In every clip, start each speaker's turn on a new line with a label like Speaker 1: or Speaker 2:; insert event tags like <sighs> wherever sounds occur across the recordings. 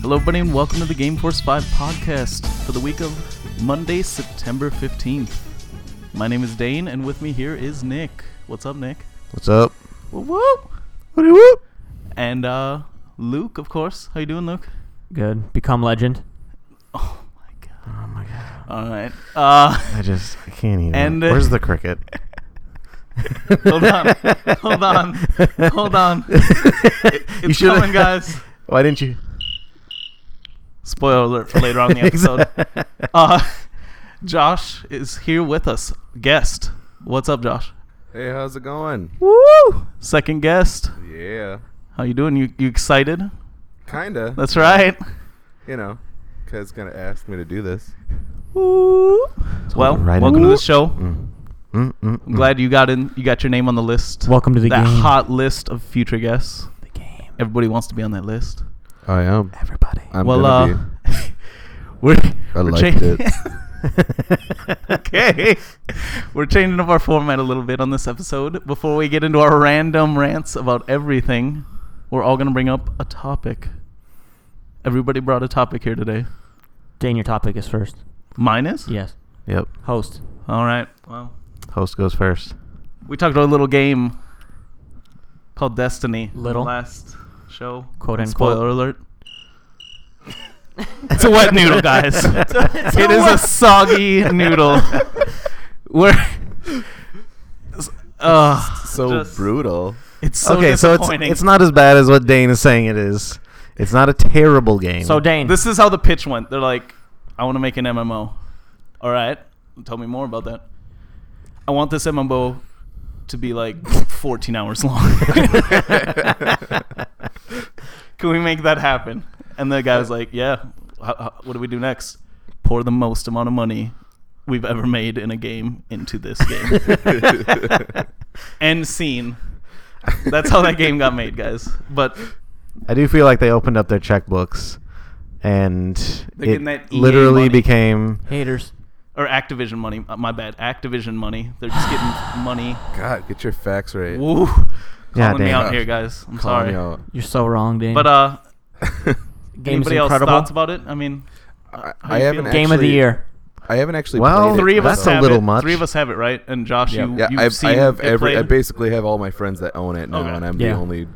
Speaker 1: Hello, everybody, and welcome to the Game Force 5 podcast for the week of Monday, September 15th. My name is Dane, and with me here is Nick. What's up, Nick?
Speaker 2: What's up?
Speaker 1: Whoop, whoop.
Speaker 2: What whoop?
Speaker 1: And uh, Luke, of course. How you doing, Luke?
Speaker 3: Good. Become legend.
Speaker 1: Oh, my God.
Speaker 2: Oh my god!
Speaker 1: All right. Uh,
Speaker 2: I just I can't even.
Speaker 1: And, uh,
Speaker 2: Where's the cricket?
Speaker 1: <laughs> hold on. Hold on. Hold
Speaker 2: <laughs>
Speaker 1: on.
Speaker 2: You
Speaker 1: it's
Speaker 2: should've-
Speaker 1: coming, guys.
Speaker 2: <laughs> Why didn't you?
Speaker 1: Spoiler alert for later on <laughs> in the episode. Uh, Josh is here with us, guest. What's up, Josh?
Speaker 4: Hey, how's it going?
Speaker 1: Woo! Second guest.
Speaker 4: Yeah,
Speaker 1: How you doing? You you excited?
Speaker 4: kinda.
Speaker 1: That's right.
Speaker 4: you know, cause gonna ask me to do this.
Speaker 1: Woo. Well,
Speaker 2: right
Speaker 1: welcome
Speaker 2: in.
Speaker 1: to the show.
Speaker 2: Mm. Mm, mm,
Speaker 1: I'm glad you got in. You got your name on the list.
Speaker 3: Welcome to the
Speaker 1: that
Speaker 3: game.
Speaker 1: hot list of future guests.
Speaker 3: The game.
Speaker 1: Everybody wants to be on that list.
Speaker 4: I am.
Speaker 3: Everybody.
Speaker 4: I'm
Speaker 1: well,
Speaker 4: gonna
Speaker 1: uh, <laughs> we're,
Speaker 4: I
Speaker 1: we're
Speaker 4: liked it.
Speaker 1: <laughs> okay, we're changing up our format a little bit on this episode. Before we get into our random rants about everything, we're all gonna bring up a topic. Everybody brought a topic here today.
Speaker 3: Dane, your topic is first.
Speaker 1: Mine is
Speaker 3: Yes.
Speaker 2: Yep.
Speaker 3: Host.
Speaker 1: All right. Well,
Speaker 2: Host goes first.
Speaker 1: we talked about a little game called Destiny. on the
Speaker 3: Little.
Speaker 1: last show.
Speaker 3: Quote,
Speaker 1: And
Speaker 3: unquote.
Speaker 1: Spoiler
Speaker 3: <laughs>
Speaker 1: alert. It's a wet noodle, <laughs> guys.
Speaker 2: It's
Speaker 3: <laughs>
Speaker 2: a- it's
Speaker 1: It
Speaker 3: a
Speaker 1: is a
Speaker 3: wet-
Speaker 1: soggy <laughs> noodle. We're uh,
Speaker 4: so
Speaker 1: just-
Speaker 4: brutal.
Speaker 1: It's so
Speaker 2: okay, so it's
Speaker 1: disappointing.
Speaker 2: it's not as bad as what Dane is saying it is. It's not a terrible game.
Speaker 3: So Dane.
Speaker 1: This is how the pitch went. They're like, "I want to make an MMO." All right, tell me more about that. I want this MMO to be like 14 hours long. <laughs>
Speaker 2: <laughs>
Speaker 1: Can we make that happen? And the guy was like, "Yeah. How, how, what do we do next? Pour the most amount of money we've ever made in a game into this game."
Speaker 2: <laughs>
Speaker 1: End scene. That's how that game got made, guys. But
Speaker 2: I do feel like they opened up their checkbooks, and
Speaker 1: They're getting that
Speaker 2: it
Speaker 1: EA
Speaker 2: literally
Speaker 1: money.
Speaker 2: became.
Speaker 3: Haters.
Speaker 1: or Activision money. uh, My bad. Activision money. They're just
Speaker 4: <sighs>
Speaker 1: getting money.
Speaker 4: God, get your facts right. <laughs>
Speaker 1: Woo.
Speaker 2: Yeah,
Speaker 1: Calling me
Speaker 2: Dane.
Speaker 1: out here, guys. I'm
Speaker 4: Calling
Speaker 1: sorry.
Speaker 4: me out.
Speaker 3: You're so wrong, Dane.
Speaker 1: But uh,
Speaker 3: Game's
Speaker 1: anybody else
Speaker 3: incredible.
Speaker 1: thoughts about it? I mean,
Speaker 4: I,
Speaker 1: How
Speaker 4: I
Speaker 1: you
Speaker 4: haven't
Speaker 1: feeling?
Speaker 3: game of the
Speaker 4: actually-
Speaker 3: year.
Speaker 4: I haven't actually.
Speaker 2: Well,
Speaker 4: played it
Speaker 1: three of us.
Speaker 2: that's a
Speaker 4: myself.
Speaker 1: have
Speaker 2: little
Speaker 1: it.
Speaker 2: much.
Speaker 1: Three of us have it, right? And Josh,
Speaker 3: Yeah.
Speaker 1: you
Speaker 4: Yeah,
Speaker 1: you've
Speaker 4: I've,
Speaker 1: seen
Speaker 4: I have
Speaker 1: it
Speaker 4: every. I
Speaker 1: played?
Speaker 4: basically have all my friends that own it now,
Speaker 1: Okay.
Speaker 4: and I'm
Speaker 3: Yeah.
Speaker 4: the only.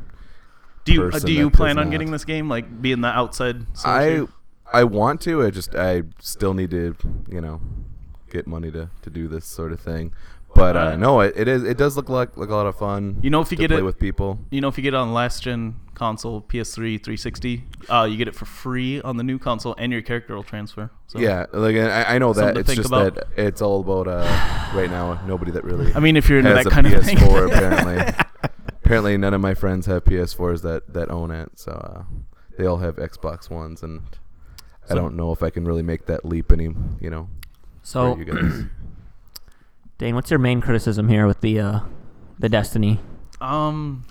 Speaker 1: do you uh,
Speaker 4: person
Speaker 1: do you
Speaker 4: that does
Speaker 1: plan on
Speaker 4: not.
Speaker 1: getting this game? Like being the outside?
Speaker 4: I
Speaker 1: sourcer?
Speaker 4: I want to. I just I still need to you know get money to to do this sort of thing. But uh,
Speaker 1: Alright.
Speaker 4: no, it, it is it does look like, like a lot of fun.
Speaker 1: You know, if you
Speaker 4: to
Speaker 1: get
Speaker 4: play
Speaker 1: it-
Speaker 4: with people,
Speaker 1: You know, if you get it on last gen console, PS3, 360, uh, you get it for free on the new console, and your character will transfer. So.
Speaker 4: yeah, like I, I know
Speaker 1: Something
Speaker 4: that
Speaker 1: to
Speaker 4: it's
Speaker 1: think
Speaker 4: just
Speaker 1: about.
Speaker 4: that it's all about uh, right now. Nobody that
Speaker 1: <laughs>
Speaker 4: really.
Speaker 1: I mean, if you're into
Speaker 4: has
Speaker 1: that
Speaker 4: a
Speaker 1: kind of thing. <laughs>
Speaker 4: PS4 apparently. apparently none of my friends have PS4s that that own it, so uh, they all have Xbox ones, and I
Speaker 1: So-
Speaker 4: don't know if I can really make that leap any. You know,
Speaker 3: So,
Speaker 4: for you guys.
Speaker 3: Dane, what's your main criticism here with the uh, the Destiny?
Speaker 1: Um,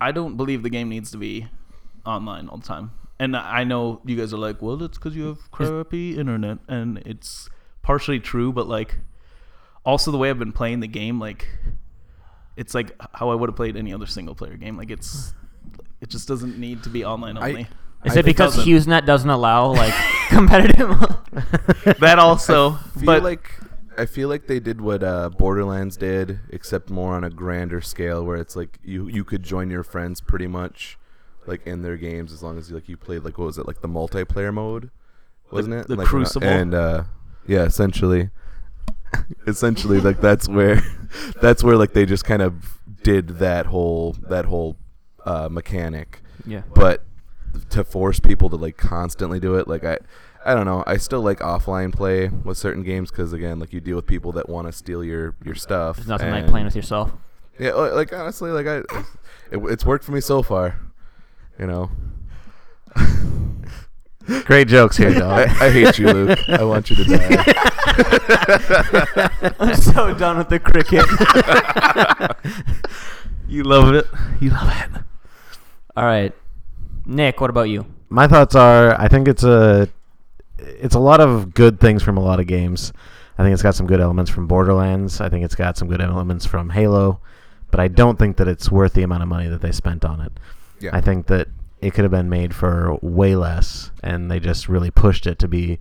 Speaker 1: I don't believe the game needs to be online all the time. And I I know you guys are like, well, it's because you have crappy internet, and it's partially true, but like, also the way I've been playing the game, like, it's like how I would have played any other single player game. Like, it's it just doesn't need to be online
Speaker 4: I-
Speaker 1: only.
Speaker 3: Is
Speaker 4: I
Speaker 3: it because
Speaker 1: doesn't.
Speaker 3: HughesNet doesn't
Speaker 1: <laughs>
Speaker 3: allow like
Speaker 4: <laughs>
Speaker 3: competitive? <laughs>
Speaker 1: that also,
Speaker 4: I feel
Speaker 1: but
Speaker 4: like I feel like they did what uh, Borderlands did, except more on a grander scale, where it's like you you could join your friends pretty much, like in their games as long as you, like you played like what was it like the multiplayer mode, wasn't it?
Speaker 1: the
Speaker 4: Like, uh,
Speaker 1: Crucible?
Speaker 4: And uh, yeah, essentially, <laughs> essentially like that's where <laughs> that's where like they just kind of did that whole that whole uh, mechanic
Speaker 3: yeah.
Speaker 4: but to force people to like constantly do it like i i don't know i still like offline play with certain games because again like you deal with people that want to steal your your stuff
Speaker 3: There's nothing like
Speaker 4: and-
Speaker 3: playing with yourself.
Speaker 4: yeah li- like honestly like i it, it's worked for me so far you know
Speaker 2: Great jokes here, dog.
Speaker 4: I, I hate you luke i want you to die
Speaker 3: <laughs> I'm so done with the cricket.
Speaker 1: you love it. You love it.
Speaker 3: All right, Nick, what about you?
Speaker 2: <laughs> my thoughts are I think it's a it's a lot of good things from a lot of games. I think it's got some good elements from Borderlands. I think it's got some good elements from Halo, but I don't think that it's worth the amount of money that they spent on it.
Speaker 4: yeah
Speaker 2: I think that it could have been made for way less, and they just really pushed it to be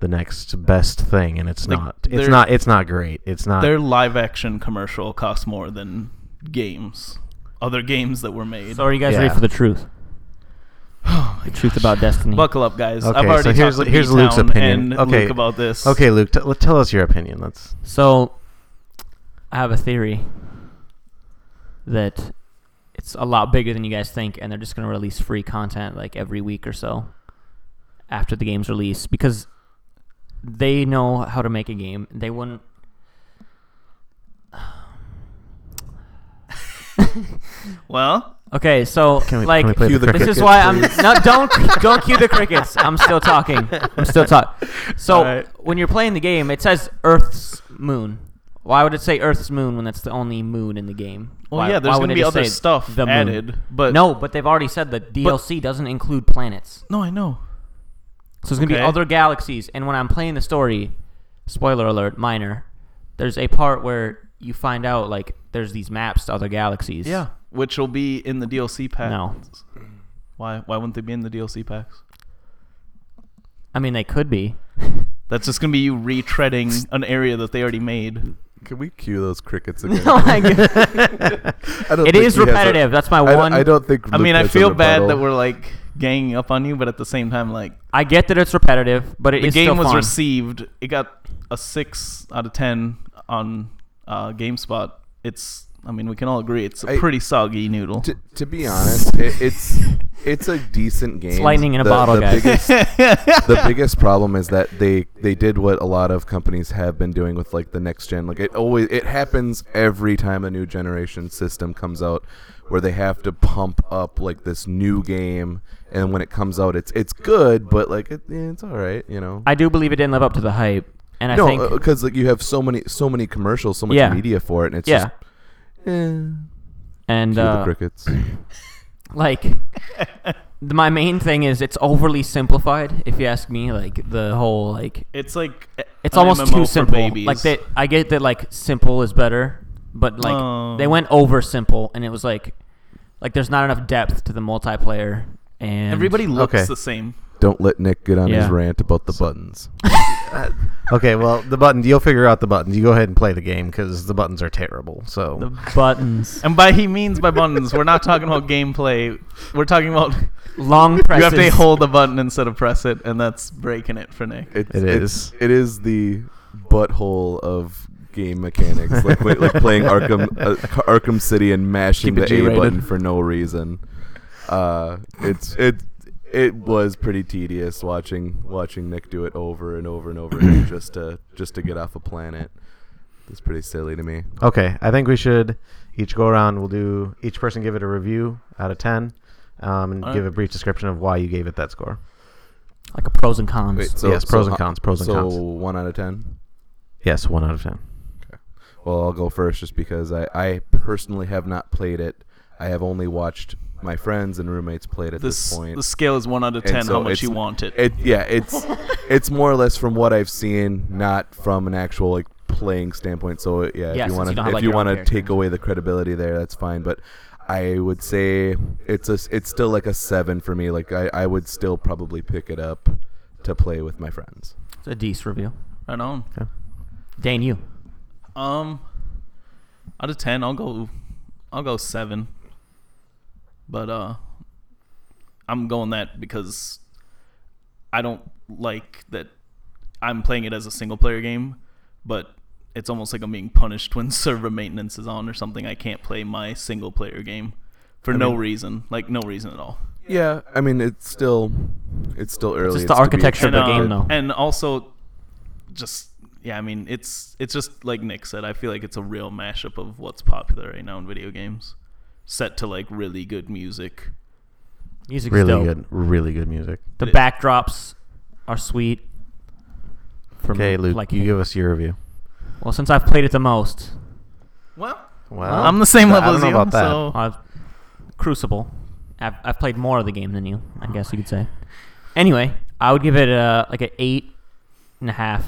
Speaker 2: the next best thing, and it's
Speaker 1: Like,
Speaker 2: not. It's
Speaker 1: they're-
Speaker 2: not. It's not great. It's not.
Speaker 1: Their live action commercial costs more than games. Other games that were made.
Speaker 3: So are you guys
Speaker 2: Yeah.
Speaker 3: ready for the <sighs> truth? the truth about Destiny.
Speaker 1: Buckle up, guys. I've
Speaker 2: Okay,
Speaker 1: already
Speaker 2: so here's-
Speaker 1: talked to
Speaker 2: here's
Speaker 1: B-Town
Speaker 2: Luke's opinion.
Speaker 1: and
Speaker 2: Okay.
Speaker 1: Luke about this.
Speaker 2: Okay, Luke. T- let- tell us your opinion. Let's.
Speaker 3: So, I have a theory that it's a lot bigger than you guys think, and they're just going to release free content like every week or so after the game's release because they know how to make a game. They wouldn't. <sighs> <laughs>
Speaker 1: Well,
Speaker 3: Okay, so
Speaker 2: Can we,
Speaker 3: like
Speaker 2: can we play
Speaker 4: cue
Speaker 2: the
Speaker 4: the
Speaker 2: cricket?
Speaker 3: this is
Speaker 4: crickets,
Speaker 3: why I'm
Speaker 4: please?
Speaker 3: no don't don't cue the crickets. I'm still talking. I'm still talking. So
Speaker 1: All right.
Speaker 3: when you're playing the game, it says Earth's moon. Why would it say Earth's moon when that's the only moon in the game?
Speaker 1: well,
Speaker 3: Why-
Speaker 1: yeah. There's
Speaker 3: why
Speaker 1: going to
Speaker 3: would they
Speaker 1: be
Speaker 3: just
Speaker 1: other
Speaker 3: say
Speaker 1: stuff
Speaker 3: the moon?
Speaker 1: added, but
Speaker 3: no, but they've already said that DLC doesn't include planets,
Speaker 1: no, I know.
Speaker 3: so there's gonna
Speaker 1: Okay.
Speaker 3: be other galaxies. And when I'm playing the story, spoiler alert, minor, there's a part where you find out like there's these maps to other galaxies.
Speaker 1: Yeah, which will be in the DLC pack.
Speaker 3: No.
Speaker 1: Why? Why wouldn't they be in the DLC packs?
Speaker 3: I mean they could be. <laughs>
Speaker 1: That's just gonna be you retreading an area that they already made.
Speaker 4: <laughs> Can we cue
Speaker 3: <laughs>
Speaker 4: those crickets again?
Speaker 3: No,
Speaker 4: <laughs>
Speaker 3: I get-
Speaker 4: I don't
Speaker 3: Oh It
Speaker 4: think
Speaker 3: is
Speaker 4: he has a-
Speaker 3: repetitive. That's my
Speaker 4: I don't-
Speaker 3: one-
Speaker 4: I don't think.
Speaker 1: I
Speaker 4: Luke
Speaker 1: mean, I
Speaker 4: has a
Speaker 1: feel bad
Speaker 4: rebuttal.
Speaker 1: that we're like ganging up on you, but at the same time, like
Speaker 3: I get that it's repetitive, but it
Speaker 1: the
Speaker 3: is
Speaker 1: game
Speaker 3: still
Speaker 1: was
Speaker 3: fun.
Speaker 1: received. It got a six out of ten on uh, GameSpot. It's. I mean, we can all agree it's a
Speaker 4: I-
Speaker 1: pretty soggy noodle.
Speaker 4: To, to be honest, it, it's it's a decent game.
Speaker 3: lightning in a bottle,
Speaker 4: the
Speaker 3: guys. <laughs>
Speaker 4: Biggest, the biggest problem is that they they did what a lot of companies have been doing with like the next gen. Like it always it happens every time a new generation system comes out, where they have to pump up like this new game, and when it comes out, it's it's good, but like it, yeah, it's all right, you know.
Speaker 3: I do believe it didn't live up to the hype, and I think
Speaker 4: no, uh, because like you have so many so many commercials, so much
Speaker 3: Yeah.
Speaker 4: media for it, and it's
Speaker 3: yeah,
Speaker 4: just eh,
Speaker 3: and
Speaker 4: cue the
Speaker 3: uh,
Speaker 4: crickets.
Speaker 3: like the, my main thing is it's overly simplified. If you ask me, like the whole like
Speaker 1: <laughs> it's like
Speaker 3: it's
Speaker 1: an
Speaker 3: almost
Speaker 1: MMO
Speaker 3: too
Speaker 1: for
Speaker 3: simple.
Speaker 1: babies.
Speaker 3: Like that, I get that like simple is better, but like
Speaker 1: Oh.
Speaker 3: they went over simple, and it was like like there's not enough depth to the multiplayer. And <laughs>
Speaker 1: Everybody looks
Speaker 2: Okay.
Speaker 1: the same.
Speaker 4: Don't let Nick get on his
Speaker 3: Yeah.
Speaker 4: rant about the buttons.
Speaker 2: uh, Okay, well, the button. You'll figure out the buttons. You go ahead and play the game because the buttons are terrible. So
Speaker 1: The
Speaker 3: buttons,
Speaker 1: And by he means by buttons, we're not talking about gameplay. We're talking about
Speaker 3: long
Speaker 1: you
Speaker 3: presses.
Speaker 1: have to hold a button instead of press it, and that's breaking it for Nick.
Speaker 4: It's,
Speaker 2: It
Speaker 4: it's-
Speaker 2: is.
Speaker 4: It is the butthole of game mechanics, like like like playing Arkham uh, Ca- Arkham City and
Speaker 1: Keep
Speaker 4: mashing the
Speaker 1: it
Speaker 4: A
Speaker 1: G-rated.
Speaker 4: button for no reason. Uh, it's it it was pretty tedious watching watching Nick do it over and over and over again just to just to get off a planet. It's pretty silly to me.
Speaker 2: Okay, I think we should each go around. We'll do each person give it a review out of ten, um, and
Speaker 1: All right.
Speaker 2: give a brief description of why you gave it that score.
Speaker 3: like a pros and cons.
Speaker 4: Wait, so,
Speaker 2: yes, pros
Speaker 4: so
Speaker 2: and
Speaker 4: ho-
Speaker 2: cons. Pros and
Speaker 4: so
Speaker 2: cons.
Speaker 4: one out of ten.
Speaker 2: Yes, one out of ten.
Speaker 4: Well, I'll go first just because I, I personally have not played it. I have only watched my friends and roommates play it at this,
Speaker 1: This
Speaker 4: point.
Speaker 1: the scale is one out of
Speaker 4: And
Speaker 1: ten.
Speaker 4: so
Speaker 1: how much
Speaker 4: it's-
Speaker 1: you want it?
Speaker 4: It yeah, it's <laughs> it's more or less from what I've seen, not from an actual like playing standpoint. So yeah,
Speaker 3: Yeah,
Speaker 4: if
Speaker 3: since
Speaker 4: you want
Speaker 3: you
Speaker 4: to
Speaker 3: don't have,
Speaker 4: if
Speaker 3: like,
Speaker 4: you
Speaker 3: your own
Speaker 4: want to
Speaker 3: character.
Speaker 4: take away the credibility there, that's fine. But I would say it's a s- it's still like a seven for me. Like I, I would still probably pick it up to play with my friends.
Speaker 3: It's a decent review.
Speaker 1: Right on.
Speaker 2: Okay.
Speaker 3: Dane, you.
Speaker 1: Um, out of ten, I'll go. I'll go seven. But uh, I'm going that because I don't like that I'm playing it as a single player game, but it's almost like I'm being punished <laughs> when server maintenance is on or something. I can't play my single player game for
Speaker 4: I
Speaker 1: no
Speaker 4: mean-
Speaker 1: reason, like no reason at all.
Speaker 4: Yeah, I mean it's still it's still early.
Speaker 3: just the
Speaker 4: to be
Speaker 3: architecture of the
Speaker 4: expected.
Speaker 3: game, though.
Speaker 1: And also, just yeah, I mean, it's it's just like Nick said. I feel like it's a real mashup of what's popular right now in video games, set to like really good music.
Speaker 3: Music's
Speaker 2: Really
Speaker 3: dope.
Speaker 2: good, really good music.
Speaker 3: The
Speaker 1: It-
Speaker 3: backdrops are sweet. From
Speaker 2: Okay, Luke,
Speaker 3: like
Speaker 2: you
Speaker 3: me.
Speaker 2: give us your review.
Speaker 3: well, since I've played it the most,
Speaker 1: Well,
Speaker 2: Well,
Speaker 1: I'm the same
Speaker 2: I
Speaker 1: level
Speaker 2: don't
Speaker 1: as
Speaker 2: know
Speaker 1: you,
Speaker 2: about that.
Speaker 1: so-
Speaker 3: I've, Crucible. I've, I've played more of the game than you. I guess you could say. Anyway, I would give it a like an eight and a half,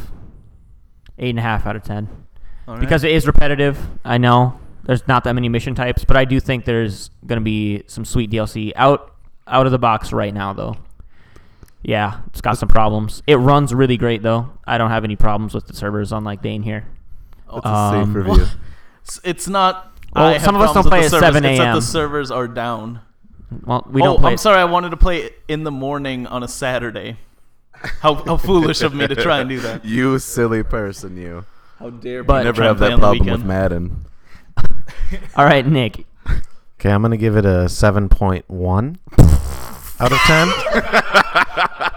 Speaker 3: eight and a half out of ten
Speaker 1: all right.
Speaker 3: because it is repetitive. I know there's not that many mission types, but I do think there's going to be some sweet DLC out. out of the box right now though. Yeah, it's got some problems. It runs really great though. I don't have any problems with the servers unlike Dane here.
Speaker 4: That's a safe
Speaker 3: Um, <laughs>
Speaker 4: review.
Speaker 1: It's- It's not.
Speaker 3: Well,
Speaker 1: I have
Speaker 3: some of us
Speaker 1: problems with
Speaker 3: don't
Speaker 1: the
Speaker 3: play at
Speaker 1: servers,
Speaker 3: 7
Speaker 1: It's that the
Speaker 3: a.m..
Speaker 1: servers are down.
Speaker 3: Well, we
Speaker 1: oh,
Speaker 3: don't play.
Speaker 1: I'm
Speaker 3: it.
Speaker 1: sorry. I wanted to play it in the morning on a Saturday. <laughs> How,
Speaker 4: <laughs>
Speaker 1: how foolish of me to try and do that.
Speaker 4: You silly person, you.
Speaker 1: How dare people
Speaker 3: But-
Speaker 4: Never
Speaker 1: try and
Speaker 4: have
Speaker 1: play
Speaker 4: that
Speaker 1: on the
Speaker 4: problem with
Speaker 1: weekend.
Speaker 4: Madden.
Speaker 3: All right, Nick.
Speaker 2: Okay, I'm gonna give it a seven point one out of
Speaker 4: <laughs>
Speaker 3: <laughs>
Speaker 2: ten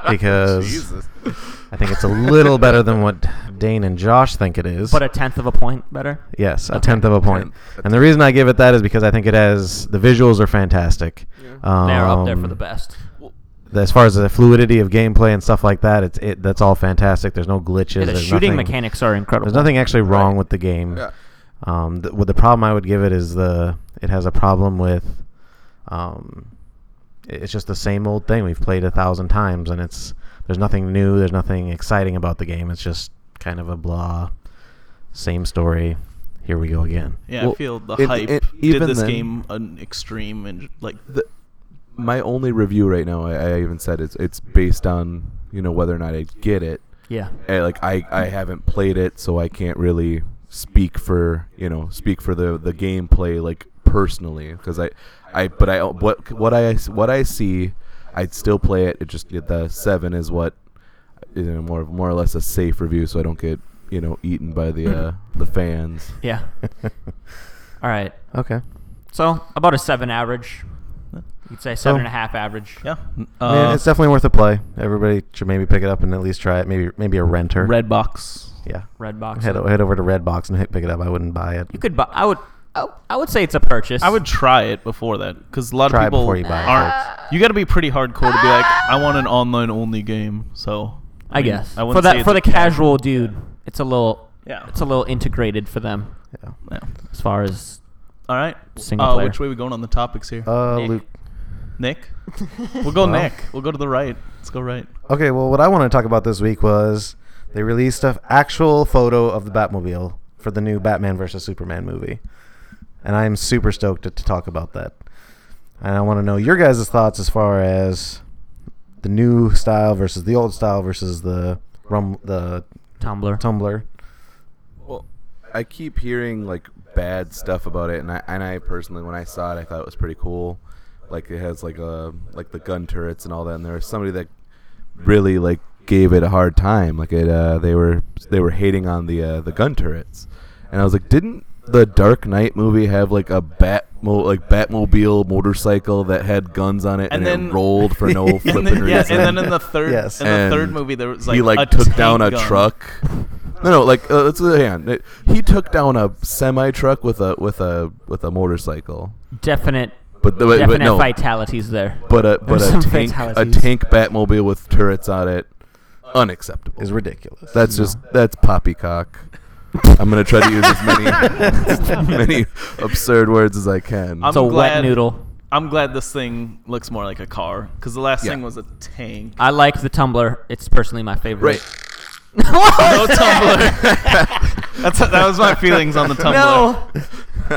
Speaker 2: because
Speaker 4: Jesus.
Speaker 2: I think it's a little
Speaker 4: <laughs>
Speaker 2: better than what Dane and Josh think it is.
Speaker 3: But a tenth of a point better.
Speaker 2: yes, a
Speaker 3: Okay.
Speaker 2: tenth of a point.
Speaker 4: Tenth.
Speaker 2: And the reason I give it that is because I think it has the visuals are fantastic. Um,
Speaker 3: They're up there for the best.
Speaker 2: As far as the fluidity of gameplay and stuff like that, it's it that's all fantastic. There's no glitches.
Speaker 3: Yeah, the
Speaker 2: there's
Speaker 3: shooting
Speaker 2: nothing-
Speaker 3: mechanics are incredible.
Speaker 2: There's nothing actually wrong
Speaker 4: Right.
Speaker 2: with the game.
Speaker 4: Yeah.
Speaker 2: Um, th- what the problem I would give it is the it has a problem with, um, i- it's just the same old thing we've played a thousand times, and it's there's nothing new, there's nothing exciting about the game. It's just kind of a blah, same story. Here we go again.
Speaker 1: Yeah,
Speaker 4: Well,
Speaker 1: I feel the
Speaker 4: it-
Speaker 1: hype
Speaker 4: it-
Speaker 1: did
Speaker 4: even
Speaker 1: this
Speaker 4: then-
Speaker 1: game an extreme and like
Speaker 4: The, my only review right now, I, I even said it's it's based on you know whether or not I get it.
Speaker 3: yeah.
Speaker 4: I, like I, I haven't played it, so I can't really speak for you know speak for the the gameplay like personally because I, I but I what what I what I see, I'd still play it. It just the seven is what you know more more or less a safe review, so I don't get you know eaten by the uh, the fans.
Speaker 3: Yeah. All right.
Speaker 2: <laughs> Okay.
Speaker 3: So about a seven average. You'd say seven
Speaker 2: So-
Speaker 3: and a half average.
Speaker 1: yeah.
Speaker 2: I mean,
Speaker 1: Uh,
Speaker 2: it's definitely worth a play. Everybody should maybe pick it up and at least try it. Maybe maybe a renter.
Speaker 1: red box.
Speaker 2: Yeah.
Speaker 3: Red box.
Speaker 2: Head, o- head over to Redbox and hit, pick it up. I wouldn't buy it.
Speaker 3: You could buy. I would. I, I would say it's a purchase.
Speaker 1: I would try it before that because a lot
Speaker 2: Try it
Speaker 1: of people
Speaker 2: before you buy it,
Speaker 1: aren't. You got to be pretty hardcore to be like, I want an online only game. So
Speaker 3: I,
Speaker 1: mean,
Speaker 3: guess.
Speaker 1: I
Speaker 3: for
Speaker 1: wouldn't say
Speaker 3: that
Speaker 1: it's
Speaker 3: for
Speaker 1: a
Speaker 3: the casual dude, it's a little.
Speaker 1: Yeah.
Speaker 3: It's a little integrated for them
Speaker 2: Yeah.
Speaker 1: Yeah.
Speaker 3: as far
Speaker 4: <laughs>
Speaker 3: as.
Speaker 1: All right.
Speaker 3: Single
Speaker 1: uh,
Speaker 3: player.
Speaker 1: Which way we going on the topics here?
Speaker 2: Uh,
Speaker 3: Nick.
Speaker 2: Luke.
Speaker 1: Nick. We'll go
Speaker 2: <laughs> Well. Oh,
Speaker 1: Nick. We'll go to the right. Let's go right.
Speaker 2: Okay, well, what I want to talk about this week was they released an actual photo of the Batmobile for the new Batman versus Superman movie, and I am super stoked to, to talk about that. And I want to know your guys' thoughts as far as the new style versus the old style versus the rum the
Speaker 3: Tumblr.
Speaker 2: Tumblr.
Speaker 4: Well, I keep hearing like bad stuff about it, and I and I personally, when I saw it, I thought it was pretty cool. Like it has like a like the gun turrets and all that. And there was somebody that really like gave it a hard time. Like it, uh, they were they were hating on the uh, the gun turrets, and I was like, didn't the Dark Knight movie have like a Batmo like Batmobile motorcycle that had guns on it
Speaker 1: And
Speaker 4: and, it
Speaker 1: then-
Speaker 4: rolled for no
Speaker 1: <laughs>
Speaker 4: flipping
Speaker 1: <laughs> And then, yeah,
Speaker 4: reason?
Speaker 1: and then in the third,
Speaker 2: Yes.
Speaker 1: in the third
Speaker 4: And
Speaker 1: movie, there was like
Speaker 4: he like
Speaker 1: a
Speaker 4: took
Speaker 1: tank
Speaker 4: down a
Speaker 1: gun.
Speaker 4: truck.
Speaker 1: <laughs>
Speaker 4: <laughs> No, no, like uh, let's hang on. It- He took down a semi truck with a with a with a motorcycle.
Speaker 3: Definite.
Speaker 4: But the, but,
Speaker 3: definite
Speaker 4: but no,
Speaker 3: vitalities there.
Speaker 4: but
Speaker 3: <laughs>
Speaker 4: uh, a but
Speaker 3: There's
Speaker 4: a
Speaker 3: some
Speaker 4: tank a
Speaker 3: fatalities.
Speaker 4: tank Batmobile with turrets on it, unacceptable.
Speaker 2: Is ridiculous.
Speaker 4: That's just that's poppycock. I'm gonna try to use as many
Speaker 2: <laughs>
Speaker 4: as many <laughs> absurd words as I can.
Speaker 1: I'm
Speaker 3: it's a wet
Speaker 1: glad-
Speaker 3: noodle.
Speaker 1: I'm glad this thing looks more like a car because the last
Speaker 4: Yeah.
Speaker 1: thing was a tank.
Speaker 3: I like the Tumblr. It's personally my favorite. <laughs>
Speaker 4: right.
Speaker 1: no Tumblr.
Speaker 4: <laughs>
Speaker 1: That's that was my feelings on the Tumblr.
Speaker 3: No.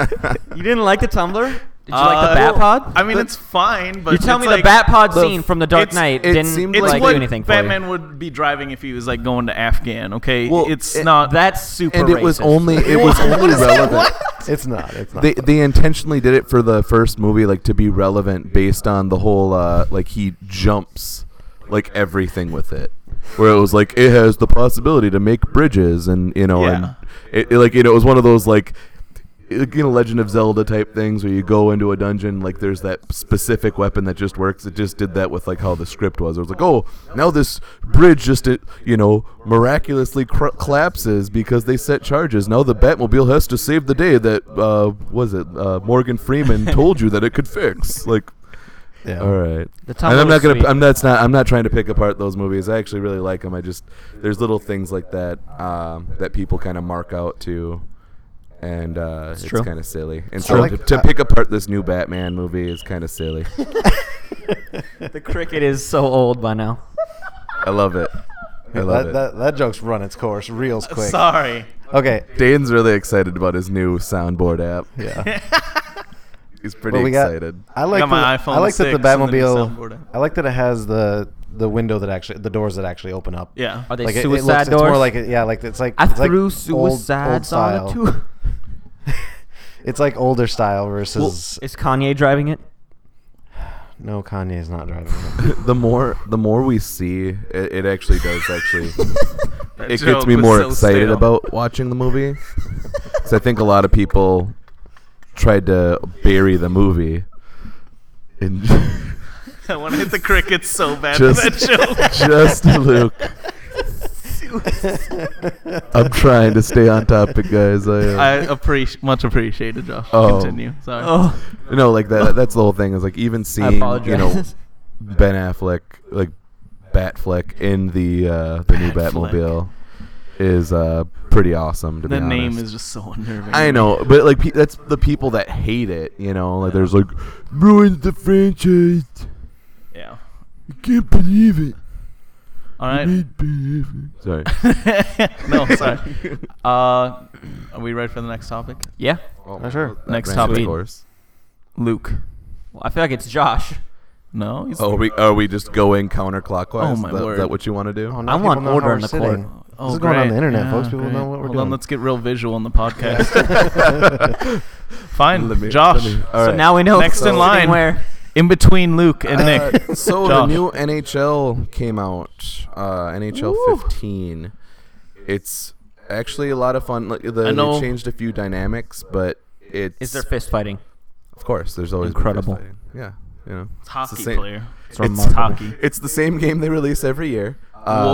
Speaker 4: <laughs>
Speaker 3: You didn't like the Tumblr? Did you
Speaker 1: Uh,
Speaker 3: like the Batpod?
Speaker 1: I mean, it's fine, but
Speaker 3: you tell
Speaker 1: it's
Speaker 3: me
Speaker 1: like,
Speaker 3: the Batpod
Speaker 4: the-
Speaker 3: scene from the Dark
Speaker 1: it's-
Speaker 3: Knight
Speaker 4: it
Speaker 3: didn't
Speaker 4: seemed
Speaker 1: It's
Speaker 3: like
Speaker 4: like
Speaker 3: do
Speaker 1: what
Speaker 3: anything for
Speaker 1: Batman
Speaker 3: you.
Speaker 1: would be driving if he was like going to Afghan. Okay,
Speaker 4: Well,
Speaker 1: it's
Speaker 4: it-
Speaker 1: not <laughs>
Speaker 3: That's super.
Speaker 4: And it was
Speaker 3: racist.
Speaker 4: only it was only relevant.
Speaker 2: It's not. It's not.
Speaker 4: they they intentionally did it for the first movie like to be relevant based on the whole uh like he jumps like everything with it where it was like it has the possibility to make bridges and you know
Speaker 1: Yeah.
Speaker 4: and it, it, like you know it was one of those like you know legend of zelda type things where you go into a dungeon like there's that specific weapon that just works it just did that with like how the script was it was like oh now this bridge just it you know miraculously cr- collapses because they set charges now the batmobile has to save the day that uh was it uh, morgan freeman told you that it could fix like
Speaker 2: yeah.
Speaker 4: all right.
Speaker 3: The Tumblr
Speaker 4: and I'm
Speaker 3: was
Speaker 4: not gonna.
Speaker 3: sweet.
Speaker 4: I'm that's not. I'm not trying to pick apart those movies. I actually really like them. I just there's little things like that um, that people kind of mark out to, and uh, it's,
Speaker 3: true.
Speaker 4: kind of silly. And
Speaker 2: I
Speaker 4: so
Speaker 2: like-
Speaker 4: to, to pick apart this new Batman movie is kind of silly.
Speaker 1: <laughs>
Speaker 3: the cricket is so old by now.
Speaker 4: I love it. I love
Speaker 2: that,
Speaker 4: it.
Speaker 2: that that joke's run its course real quick.
Speaker 1: Uh, sorry. <laughs>
Speaker 2: Okay.
Speaker 4: Dane's really excited about his new soundboard app.
Speaker 2: Yeah.
Speaker 4: <laughs> He's pretty
Speaker 2: Well, we got-
Speaker 4: excited.
Speaker 2: I like
Speaker 1: got my
Speaker 2: that,
Speaker 1: iPhone
Speaker 2: I like that the
Speaker 1: 6 and the new
Speaker 2: Batmobile.
Speaker 1: soundboard.
Speaker 2: I like that it has the the window that actually the doors that actually open up.
Speaker 1: Yeah.
Speaker 3: Are they
Speaker 2: like it-
Speaker 3: suicide
Speaker 2: it, looks,
Speaker 3: doors?
Speaker 2: It's more like a, yeah, like it's like
Speaker 3: I
Speaker 2: it's
Speaker 3: threw
Speaker 2: like
Speaker 3: suicides
Speaker 2: old,
Speaker 3: on
Speaker 2: old style.
Speaker 3: it too.
Speaker 2: <laughs> It's like older style versus
Speaker 3: Is Kanye driving it?
Speaker 2: no Kanye's not driving. it.
Speaker 3: <laughs>
Speaker 4: <laughs> the more the more we see, it, it actually does
Speaker 3: <laughs>
Speaker 4: actually.
Speaker 1: That
Speaker 4: it gets
Speaker 1: joke
Speaker 4: me
Speaker 1: was
Speaker 4: more
Speaker 1: so
Speaker 4: excited
Speaker 1: stale.
Speaker 4: about watching the movie. Because I think a lot of people tried to bury the movie. <laughs> And
Speaker 1: I want to hit the crickets so bad
Speaker 4: Just-
Speaker 1: for that joke. <laughs>
Speaker 4: just Luke. I'm trying to stay on topic, guys. I, uh,
Speaker 1: I appreciate much appreciated, Josh.
Speaker 4: Oh.
Speaker 1: Continue. Sorry.
Speaker 3: <laughs> Oh,
Speaker 4: no, like that. That's the whole thing. Is like even
Speaker 3: I
Speaker 4: seeing you
Speaker 3: apologize.
Speaker 4: know
Speaker 1: <laughs>
Speaker 4: Ben Affleck like Batfleck in the uh, the new
Speaker 1: Batfleck.
Speaker 4: Batmobile is uh, pretty awesome. To
Speaker 1: That
Speaker 4: be
Speaker 1: name
Speaker 4: honest.
Speaker 1: is just so unnerving.
Speaker 4: I know, but like pe- that's the people that hate it. You know, like there's like ruins the franchise.
Speaker 1: Yeah.
Speaker 4: I can't believe it.
Speaker 1: All right. <laughs>
Speaker 4: Can't believe it. Sorry.
Speaker 1: no,
Speaker 3: <laughs>
Speaker 1: sorry. Uh, are we ready for the next topic?
Speaker 3: <laughs> yeah.
Speaker 4: Oh,
Speaker 2: sure.
Speaker 4: that
Speaker 1: Next
Speaker 4: ran its
Speaker 1: topic.
Speaker 4: course.
Speaker 1: Luke.
Speaker 3: Well, I feel like it's Josh.
Speaker 1: No. he's-
Speaker 4: Oh, are we are we just going counterclockwise?
Speaker 1: Oh, my
Speaker 4: Is that,
Speaker 1: word.
Speaker 4: Is that what you want to do?
Speaker 2: Oh,
Speaker 4: Oh,
Speaker 1: <laughs>
Speaker 2: now
Speaker 3: I
Speaker 2: people
Speaker 3: want
Speaker 2: know how
Speaker 3: order
Speaker 2: we're
Speaker 3: in the court.
Speaker 2: sitting.
Speaker 1: Oh,
Speaker 2: this is going on
Speaker 1: great.
Speaker 2: the internet,
Speaker 1: Yeah,
Speaker 2: folks. People
Speaker 1: great.
Speaker 2: know what we're
Speaker 1: Hold
Speaker 2: doing.
Speaker 1: on, let's get real visual on the
Speaker 3: <laughs>
Speaker 1: podcast. <laughs> Fine,
Speaker 4: Let me-
Speaker 1: Josh.
Speaker 4: let me-
Speaker 1: so
Speaker 4: all
Speaker 3: So
Speaker 1: now,
Speaker 4: right.
Speaker 3: now we know
Speaker 1: Next
Speaker 3: who's
Speaker 1: in line.
Speaker 3: sitting Where
Speaker 1: in between Luke and Nick.
Speaker 4: Uh, <laughs> so
Speaker 1: Josh.
Speaker 4: the new NHL came out, uh, NHL 15. It's actually a lot of fun. Like, the,
Speaker 1: I know-
Speaker 4: They changed a few dynamics, but it's
Speaker 3: is there fist fighting?
Speaker 4: of course there's always been
Speaker 3: Incredible.
Speaker 4: fist fighting. Yeah, you know it's the
Speaker 1: hockey
Speaker 4: same-
Speaker 1: player.
Speaker 4: It's,
Speaker 1: It's hockey.
Speaker 4: it's the same game they release every year. Uh,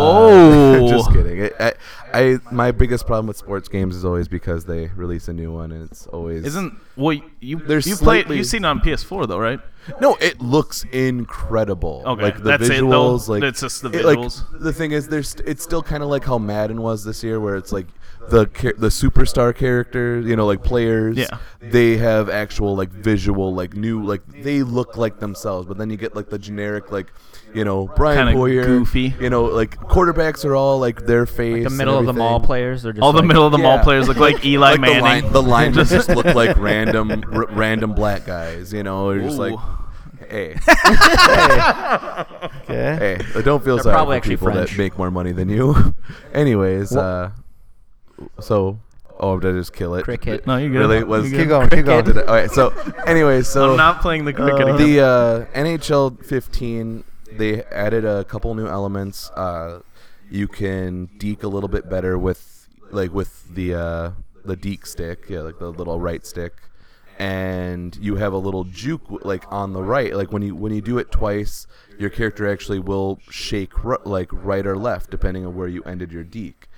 Speaker 1: Whoa.
Speaker 4: <laughs> just kidding. I, I, I my biggest problem with sports games is always because they release a new one and it's always
Speaker 1: Isn't well you you
Speaker 4: They're
Speaker 1: played
Speaker 4: slightly-
Speaker 1: you've seen it on PS4 though right?
Speaker 4: No, it looks incredible.
Speaker 1: Okay,
Speaker 4: like the
Speaker 1: that's it, though?
Speaker 4: visuals, like
Speaker 1: That's just the
Speaker 4: it, like,
Speaker 1: visuals?
Speaker 4: the thing is, there's it's still kind of like how Madden was this year, where it's like the char- the superstar characters, you know, like players.
Speaker 1: Yeah.
Speaker 4: they have actual like visual, like new, like they look like themselves. But then you get like the generic, like you know, Brian
Speaker 1: Kinda
Speaker 4: Poyer,
Speaker 1: goofy.
Speaker 4: You know, like quarterbacks are all like their face,
Speaker 3: The
Speaker 4: and
Speaker 3: middle of the mall
Speaker 4: everything.
Speaker 3: players are just
Speaker 1: All the
Speaker 3: like-
Speaker 1: middle of the mall
Speaker 4: yeah.
Speaker 1: players look like Eli
Speaker 4: <laughs> Like the,
Speaker 1: Manning. <laughs>
Speaker 4: line, the linemen just look like random, r- random black guys. You know, they're just like, hey,
Speaker 2: Okay.
Speaker 4: Hey, uh, don't feel
Speaker 3: They're
Speaker 4: sorry
Speaker 3: probably
Speaker 4: for
Speaker 3: actually
Speaker 4: people
Speaker 3: French.
Speaker 4: that make more money than you. <laughs> Anyways, uh, so oh, did I just kill it?
Speaker 3: Cricket.
Speaker 1: No, you're good.
Speaker 4: Really? Was
Speaker 1: You're
Speaker 2: Keep going. Keep going.
Speaker 4: Did I- all right. So, anyways,
Speaker 1: <laughs>
Speaker 4: so
Speaker 1: I'm not playing the cricket again.
Speaker 4: the uh, NHL 15, they added a couple new elements. Uh, you can deke a little bit better with like with the uh, the deke stick, yeah, like the little right stick, and you have a little juke like on the right. Like when you when you do it twice, your character actually will shake r- like right or left depending on where you ended your deke.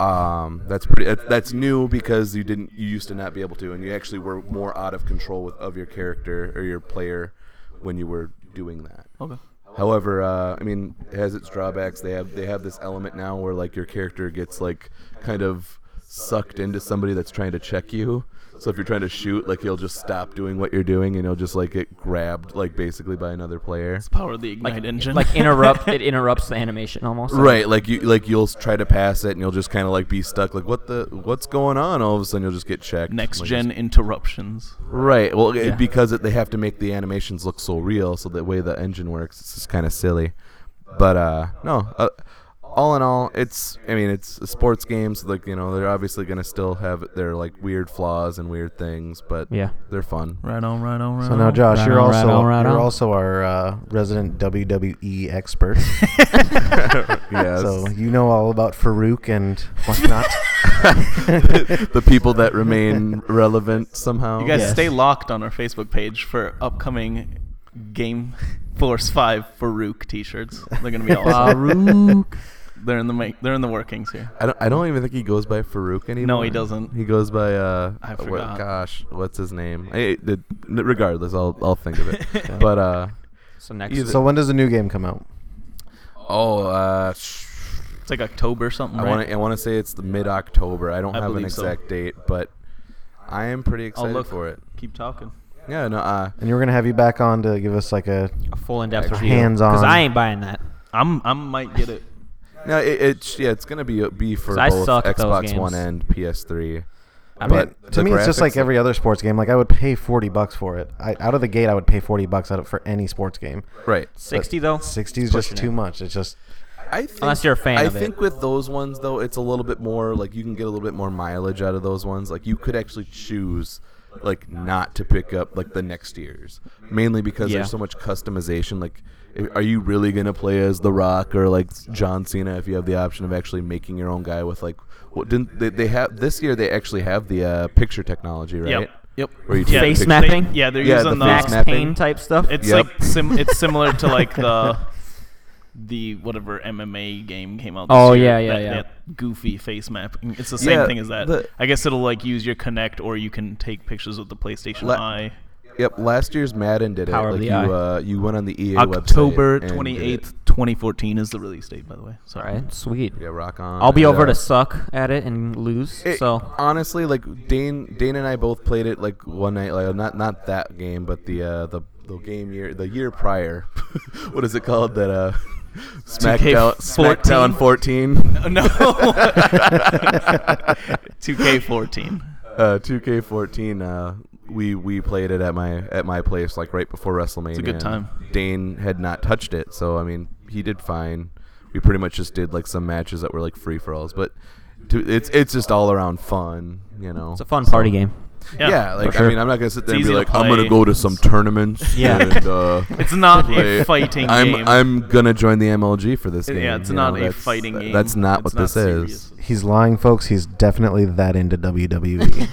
Speaker 4: Um, that's pretty. that- That's new because you didn't. You used to not be able to, and you actually were more out of control with, of your character or your player when you were doing that.
Speaker 1: Okay.
Speaker 4: However, uh, I mean, it has its drawbacks. They have they have this element now where like your character gets like kind of sucked into somebody that's trying to check you. So if you're trying to shoot, like he'll just stop doing what you're doing, and he'll just like get grabbed, like basically by another player.
Speaker 1: power of the ignite
Speaker 3: like,
Speaker 1: engine. <laughs>
Speaker 3: like interrupt. it interrupts the animation almost.
Speaker 4: Right, like you, like you'll s- try to pass it, and you'll just kind of like be stuck. Like what the, what's going on? All of a sudden, you'll just get checked.
Speaker 1: next
Speaker 4: Like,
Speaker 1: gen interruptions.
Speaker 4: Right. Well, it-
Speaker 1: Yeah.
Speaker 4: because it, they have to make the animations look so real, so the way the engine works, it's just kind of silly. But uh, no, uh, all in all, it's. I mean, it's a sports games. Like you know, they're obviously gonna still have their like weird flaws and weird things, but
Speaker 3: Yeah.
Speaker 4: they're fun.
Speaker 1: Right on, right on, right
Speaker 2: So
Speaker 1: on.
Speaker 2: now, Josh,
Speaker 3: Right
Speaker 2: you're
Speaker 3: on, right
Speaker 2: also
Speaker 3: on, right
Speaker 2: you're
Speaker 3: on.
Speaker 2: also our uh, resident WWE expert.
Speaker 4: Yes.
Speaker 2: so you know all about Farouk and whatnot.
Speaker 4: <laughs> <laughs> the people
Speaker 2: <laughs>
Speaker 4: that remain relevant somehow.
Speaker 1: You guys
Speaker 2: Yes.
Speaker 1: stay locked on our Facebook page for upcoming Game <laughs> Force Five Farouk T-shirts. They're gonna be
Speaker 2: <laughs>
Speaker 1: awesome.
Speaker 3: Farouk.
Speaker 1: they're in the make. They're in the workings here.
Speaker 4: I don't, I don't even think he goes by Farouk anymore.
Speaker 1: he doesn't.
Speaker 4: He goes by uh
Speaker 1: I
Speaker 4: what-
Speaker 1: forgot.
Speaker 4: gosh, what's his name? I, it- it- regardless, I'll I'll think
Speaker 1: <laughs>
Speaker 4: of it. but uh
Speaker 3: So next.
Speaker 4: Either-
Speaker 2: so when does the new game come out?
Speaker 4: oh, uh sh-
Speaker 1: It's like October or something,
Speaker 4: I
Speaker 1: right?
Speaker 4: want to I want to say it's the mid-October. I don't
Speaker 1: I
Speaker 4: have an
Speaker 1: believe so.
Speaker 4: exact date, but I am pretty excited
Speaker 1: look.
Speaker 4: for it.
Speaker 1: Keep talking.
Speaker 4: Yeah, no uh
Speaker 2: And you were gonna have you back on to give us like a
Speaker 3: A full in-depth
Speaker 4: Actually,
Speaker 3: review.
Speaker 2: hands-on.
Speaker 3: Because I ain't buying that.
Speaker 1: I'm. I might get it.
Speaker 4: no, it, it's yeah, it's gonna be be for
Speaker 3: 'Cause I
Speaker 4: both
Speaker 3: suck at those
Speaker 4: Xbox One
Speaker 3: games.
Speaker 4: and PS3.
Speaker 3: I mean,
Speaker 2: But to
Speaker 4: the
Speaker 2: me, it's just
Speaker 4: graphics
Speaker 2: like
Speaker 4: look-
Speaker 2: every other sports game. Like I would pay forty bucks for it. I, out of the gate, I would pay forty bucks out of, for any sports game.
Speaker 4: Right.
Speaker 3: sixty though.
Speaker 2: Sixty is
Speaker 3: It's
Speaker 2: just
Speaker 3: pushing
Speaker 2: too
Speaker 3: it.
Speaker 2: much. It's just
Speaker 4: I think,
Speaker 3: Unless you're a fan
Speaker 4: I
Speaker 3: of it.
Speaker 4: think with those ones though, it's a little bit more like you can get a little bit more mileage out of those ones. Like you could actually choose like not to pick up like the next year's mainly because
Speaker 3: Yeah.
Speaker 4: there's so much customization like i- are you really going to play as the rock or like john cena if you have the option of actually making your own guy with like what didn't they, they have this year they actually have the uh, picture technology right
Speaker 1: Yep. Yep.
Speaker 4: Where you
Speaker 1: Yeah,
Speaker 4: take
Speaker 1: they-
Speaker 3: Face
Speaker 4: pictures.
Speaker 3: mapping?
Speaker 1: yeah, they're
Speaker 4: Yeah,
Speaker 1: using the,
Speaker 4: the face
Speaker 3: Max
Speaker 4: mapping.
Speaker 3: Payne type stuff.
Speaker 1: It's
Speaker 4: Yep.
Speaker 1: like
Speaker 4: <laughs>
Speaker 1: sim- it's similar to like the the whatever MMA game came out. This
Speaker 3: Oh,
Speaker 1: year,
Speaker 3: yeah, yeah,
Speaker 1: that-
Speaker 3: yeah.
Speaker 1: that goofy face mapping. It's the same
Speaker 4: Yeah,
Speaker 1: thing as that.
Speaker 4: the-
Speaker 1: I guess it'll like use your Kinect or you can take pictures with the PlayStation
Speaker 4: Le-
Speaker 1: Eye.
Speaker 4: Yep, last year's Madden did
Speaker 3: Power
Speaker 4: it.
Speaker 3: of
Speaker 4: Like
Speaker 3: the
Speaker 4: you,
Speaker 3: eye.
Speaker 4: uh, you went on the EA website
Speaker 1: October
Speaker 4: and did it.
Speaker 1: twenty eighth, twenty fourteen is the release date, by the way.
Speaker 3: All
Speaker 1: Sorry.
Speaker 3: right, sweet.
Speaker 4: Yeah, rock on.
Speaker 3: I'll be
Speaker 4: and,
Speaker 3: over
Speaker 4: uh,
Speaker 3: to suck at it and lose.
Speaker 4: It-
Speaker 3: so
Speaker 4: honestly, like Dane, Dane and I both played it like one night, like not not that game, but the uh, the the game year, the year prior. <laughs> what is it called?
Speaker 1: <laughs>
Speaker 4: That uh, SmackDown,
Speaker 1: 2K14?
Speaker 4: SmackDown 14,
Speaker 1: No. <laughs> 2K14.
Speaker 4: uh, 2K14. Uh, we we played it at my at my place like right before WrestleMania.
Speaker 1: good time.
Speaker 4: Dane had not touched it, so I mean he did fine. We pretty much just did like some matches that were like free for alls, but. To, it's it's just all around fun, you know.
Speaker 3: it's a fun party game.
Speaker 1: Yeah.
Speaker 4: Yeah, like
Speaker 2: sure.
Speaker 4: I mean, I'm not gonna sit there
Speaker 1: It's
Speaker 4: and be
Speaker 1: easy
Speaker 4: like,
Speaker 1: to
Speaker 4: I'm
Speaker 1: play.
Speaker 4: gonna go to
Speaker 1: <laughs>
Speaker 4: some tournaments.
Speaker 3: Yeah.
Speaker 4: and, uh,
Speaker 1: It's not
Speaker 4: play-
Speaker 1: a fighting
Speaker 4: I'm
Speaker 1: game.
Speaker 4: I'm gonna join the MLG for this game.
Speaker 1: yeah, it's
Speaker 4: you
Speaker 1: not
Speaker 4: know,
Speaker 1: a
Speaker 4: that's-
Speaker 1: fighting
Speaker 4: that-
Speaker 1: game.
Speaker 4: That's not what
Speaker 1: It's
Speaker 4: this
Speaker 1: serious.
Speaker 4: is.
Speaker 2: he's lying, folks. He's definitely that into
Speaker 3: <laughs>
Speaker 2: E. WWE.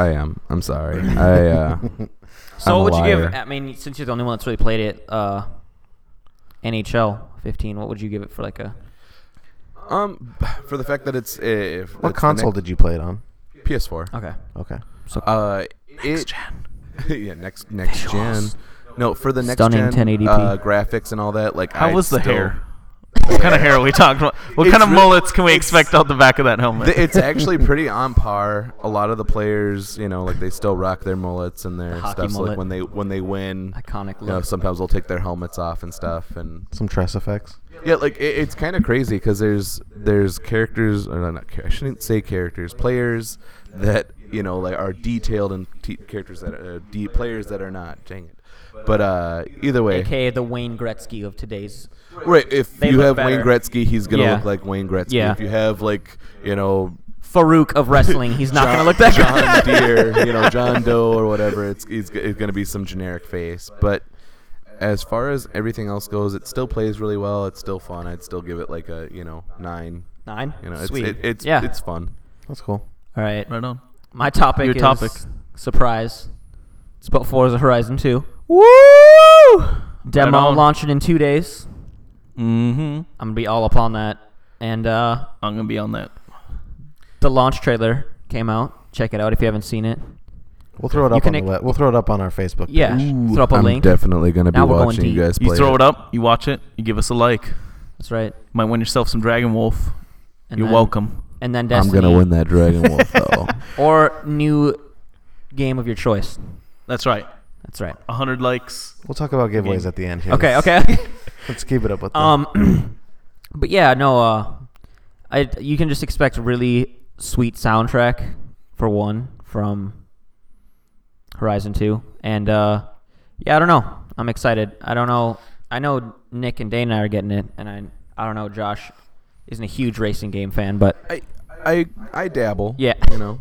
Speaker 4: I am. I'm sorry.
Speaker 1: <laughs>
Speaker 2: <laughs>
Speaker 4: I uh,
Speaker 3: So
Speaker 4: I'm a
Speaker 3: what would you give?
Speaker 4: liar.
Speaker 3: I mean, since you're the only one that's really played it, uh, NHL 15. What would you give it for like a?
Speaker 4: um <sighs> for the fact that it's uh, if
Speaker 2: what console did you play it on?
Speaker 4: you PS4?
Speaker 3: Okay.
Speaker 2: Okay.
Speaker 4: Uh, next gen. <laughs> yeah, next next
Speaker 3: Visuals.
Speaker 4: gen. No, for the next
Speaker 3: Stunning
Speaker 4: gen
Speaker 3: 1080p.
Speaker 4: uh, graphics and all that. Like,
Speaker 1: How
Speaker 4: I'd
Speaker 1: was the
Speaker 4: still- <laughs>
Speaker 1: hair? What kind of hair are we talking about? What
Speaker 4: It's
Speaker 1: kind of
Speaker 4: really-
Speaker 1: mullets can we
Speaker 4: it's-
Speaker 1: expect out the back of that helmet?
Speaker 4: <laughs>
Speaker 1: <laughs>
Speaker 4: Th- it's actually pretty on par. A lot of the players, you know, like they still rock their mullets and their
Speaker 3: hockey
Speaker 4: stuff. So,
Speaker 3: mullet.
Speaker 4: like when they when they win,
Speaker 3: Iconic
Speaker 4: You know,
Speaker 3: look.
Speaker 4: sometimes they'll take their helmets off and stuff. And
Speaker 2: Some tress effects.
Speaker 4: yeah, like it, it's kind of crazy because there's there's characters, or no, not char- I shouldn't say characters, players that you know like are detailed and t- characters that are de- players that are not. Dang it. But uh, either way,
Speaker 3: AKA the Wayne Gretzky of today's.
Speaker 4: right? If
Speaker 3: They
Speaker 4: you
Speaker 3: look
Speaker 4: have Wayne
Speaker 3: better.
Speaker 4: Gretzky, he's gonna
Speaker 3: Yeah.
Speaker 4: look like Wayne Gretzky.
Speaker 3: Yeah.
Speaker 4: If you have like you know
Speaker 3: Farouk of wrestling. He's not gonna
Speaker 4: John-
Speaker 3: look that
Speaker 4: John
Speaker 3: good. <laughs>
Speaker 4: Deere, you know, John Doe or whatever. It's it's, g- it's going to be some generic face, but as far as everything else goes, it still plays really well. It's still fun. I'd still give it like a you know nine.
Speaker 3: Nine.
Speaker 4: You know, it's
Speaker 3: Sweet.
Speaker 4: it, it's
Speaker 3: yeah.
Speaker 4: it's fun.
Speaker 2: That's cool.
Speaker 3: All right.
Speaker 1: right on.
Speaker 3: My topic
Speaker 1: Your
Speaker 3: is
Speaker 1: topic.
Speaker 3: surprise. It's about Forza Horizon 2. Woo! Demo
Speaker 1: Right on.
Speaker 3: launching in two days.
Speaker 1: Mm-hmm.
Speaker 3: I'm gonna be all up on that. And uh,
Speaker 1: I'm gonna be on that.
Speaker 3: the launch trailer came out. Check it out if you haven't seen it.
Speaker 2: We'll throw it
Speaker 3: You
Speaker 2: up on
Speaker 3: can
Speaker 2: the
Speaker 3: ex-
Speaker 2: web. We'll throw it up on our Facebook.
Speaker 3: Yeah.
Speaker 2: page.
Speaker 3: throw up a
Speaker 4: I'm
Speaker 3: link.
Speaker 4: definitely going to be
Speaker 3: Now we're going
Speaker 4: watching
Speaker 3: deep.
Speaker 4: you guys play.
Speaker 1: You throw
Speaker 4: it.
Speaker 1: it up, you watch it, you give us a like.
Speaker 3: That's right.
Speaker 1: Might win yourself some Dragon Wolf.
Speaker 3: And
Speaker 1: You're
Speaker 3: then-
Speaker 1: welcome.
Speaker 3: And then
Speaker 4: I'm
Speaker 3: Destiny.
Speaker 4: going to win that Dragon
Speaker 3: <laughs>
Speaker 4: Wolf though.
Speaker 3: Or new game of your choice.
Speaker 1: That's right.
Speaker 3: That's right.
Speaker 1: A hundred likes.
Speaker 2: We'll talk about giveaways
Speaker 1: Game.
Speaker 2: at the end here.
Speaker 3: Okay.
Speaker 2: Let's-
Speaker 3: <laughs> Okay.
Speaker 2: Let's keep it up with. the-
Speaker 3: Um, <clears throat> but yeah, no. Uh, I you can just expect really sweet soundtrack for one from Horizon Two, and uh, yeah, I don't know. I'm excited. I don't know. I know Nick and Dane and I are getting it, and I I don't know. Josh isn't a huge racing game fan, but
Speaker 4: I I I dabble.
Speaker 3: Yeah.
Speaker 4: You know,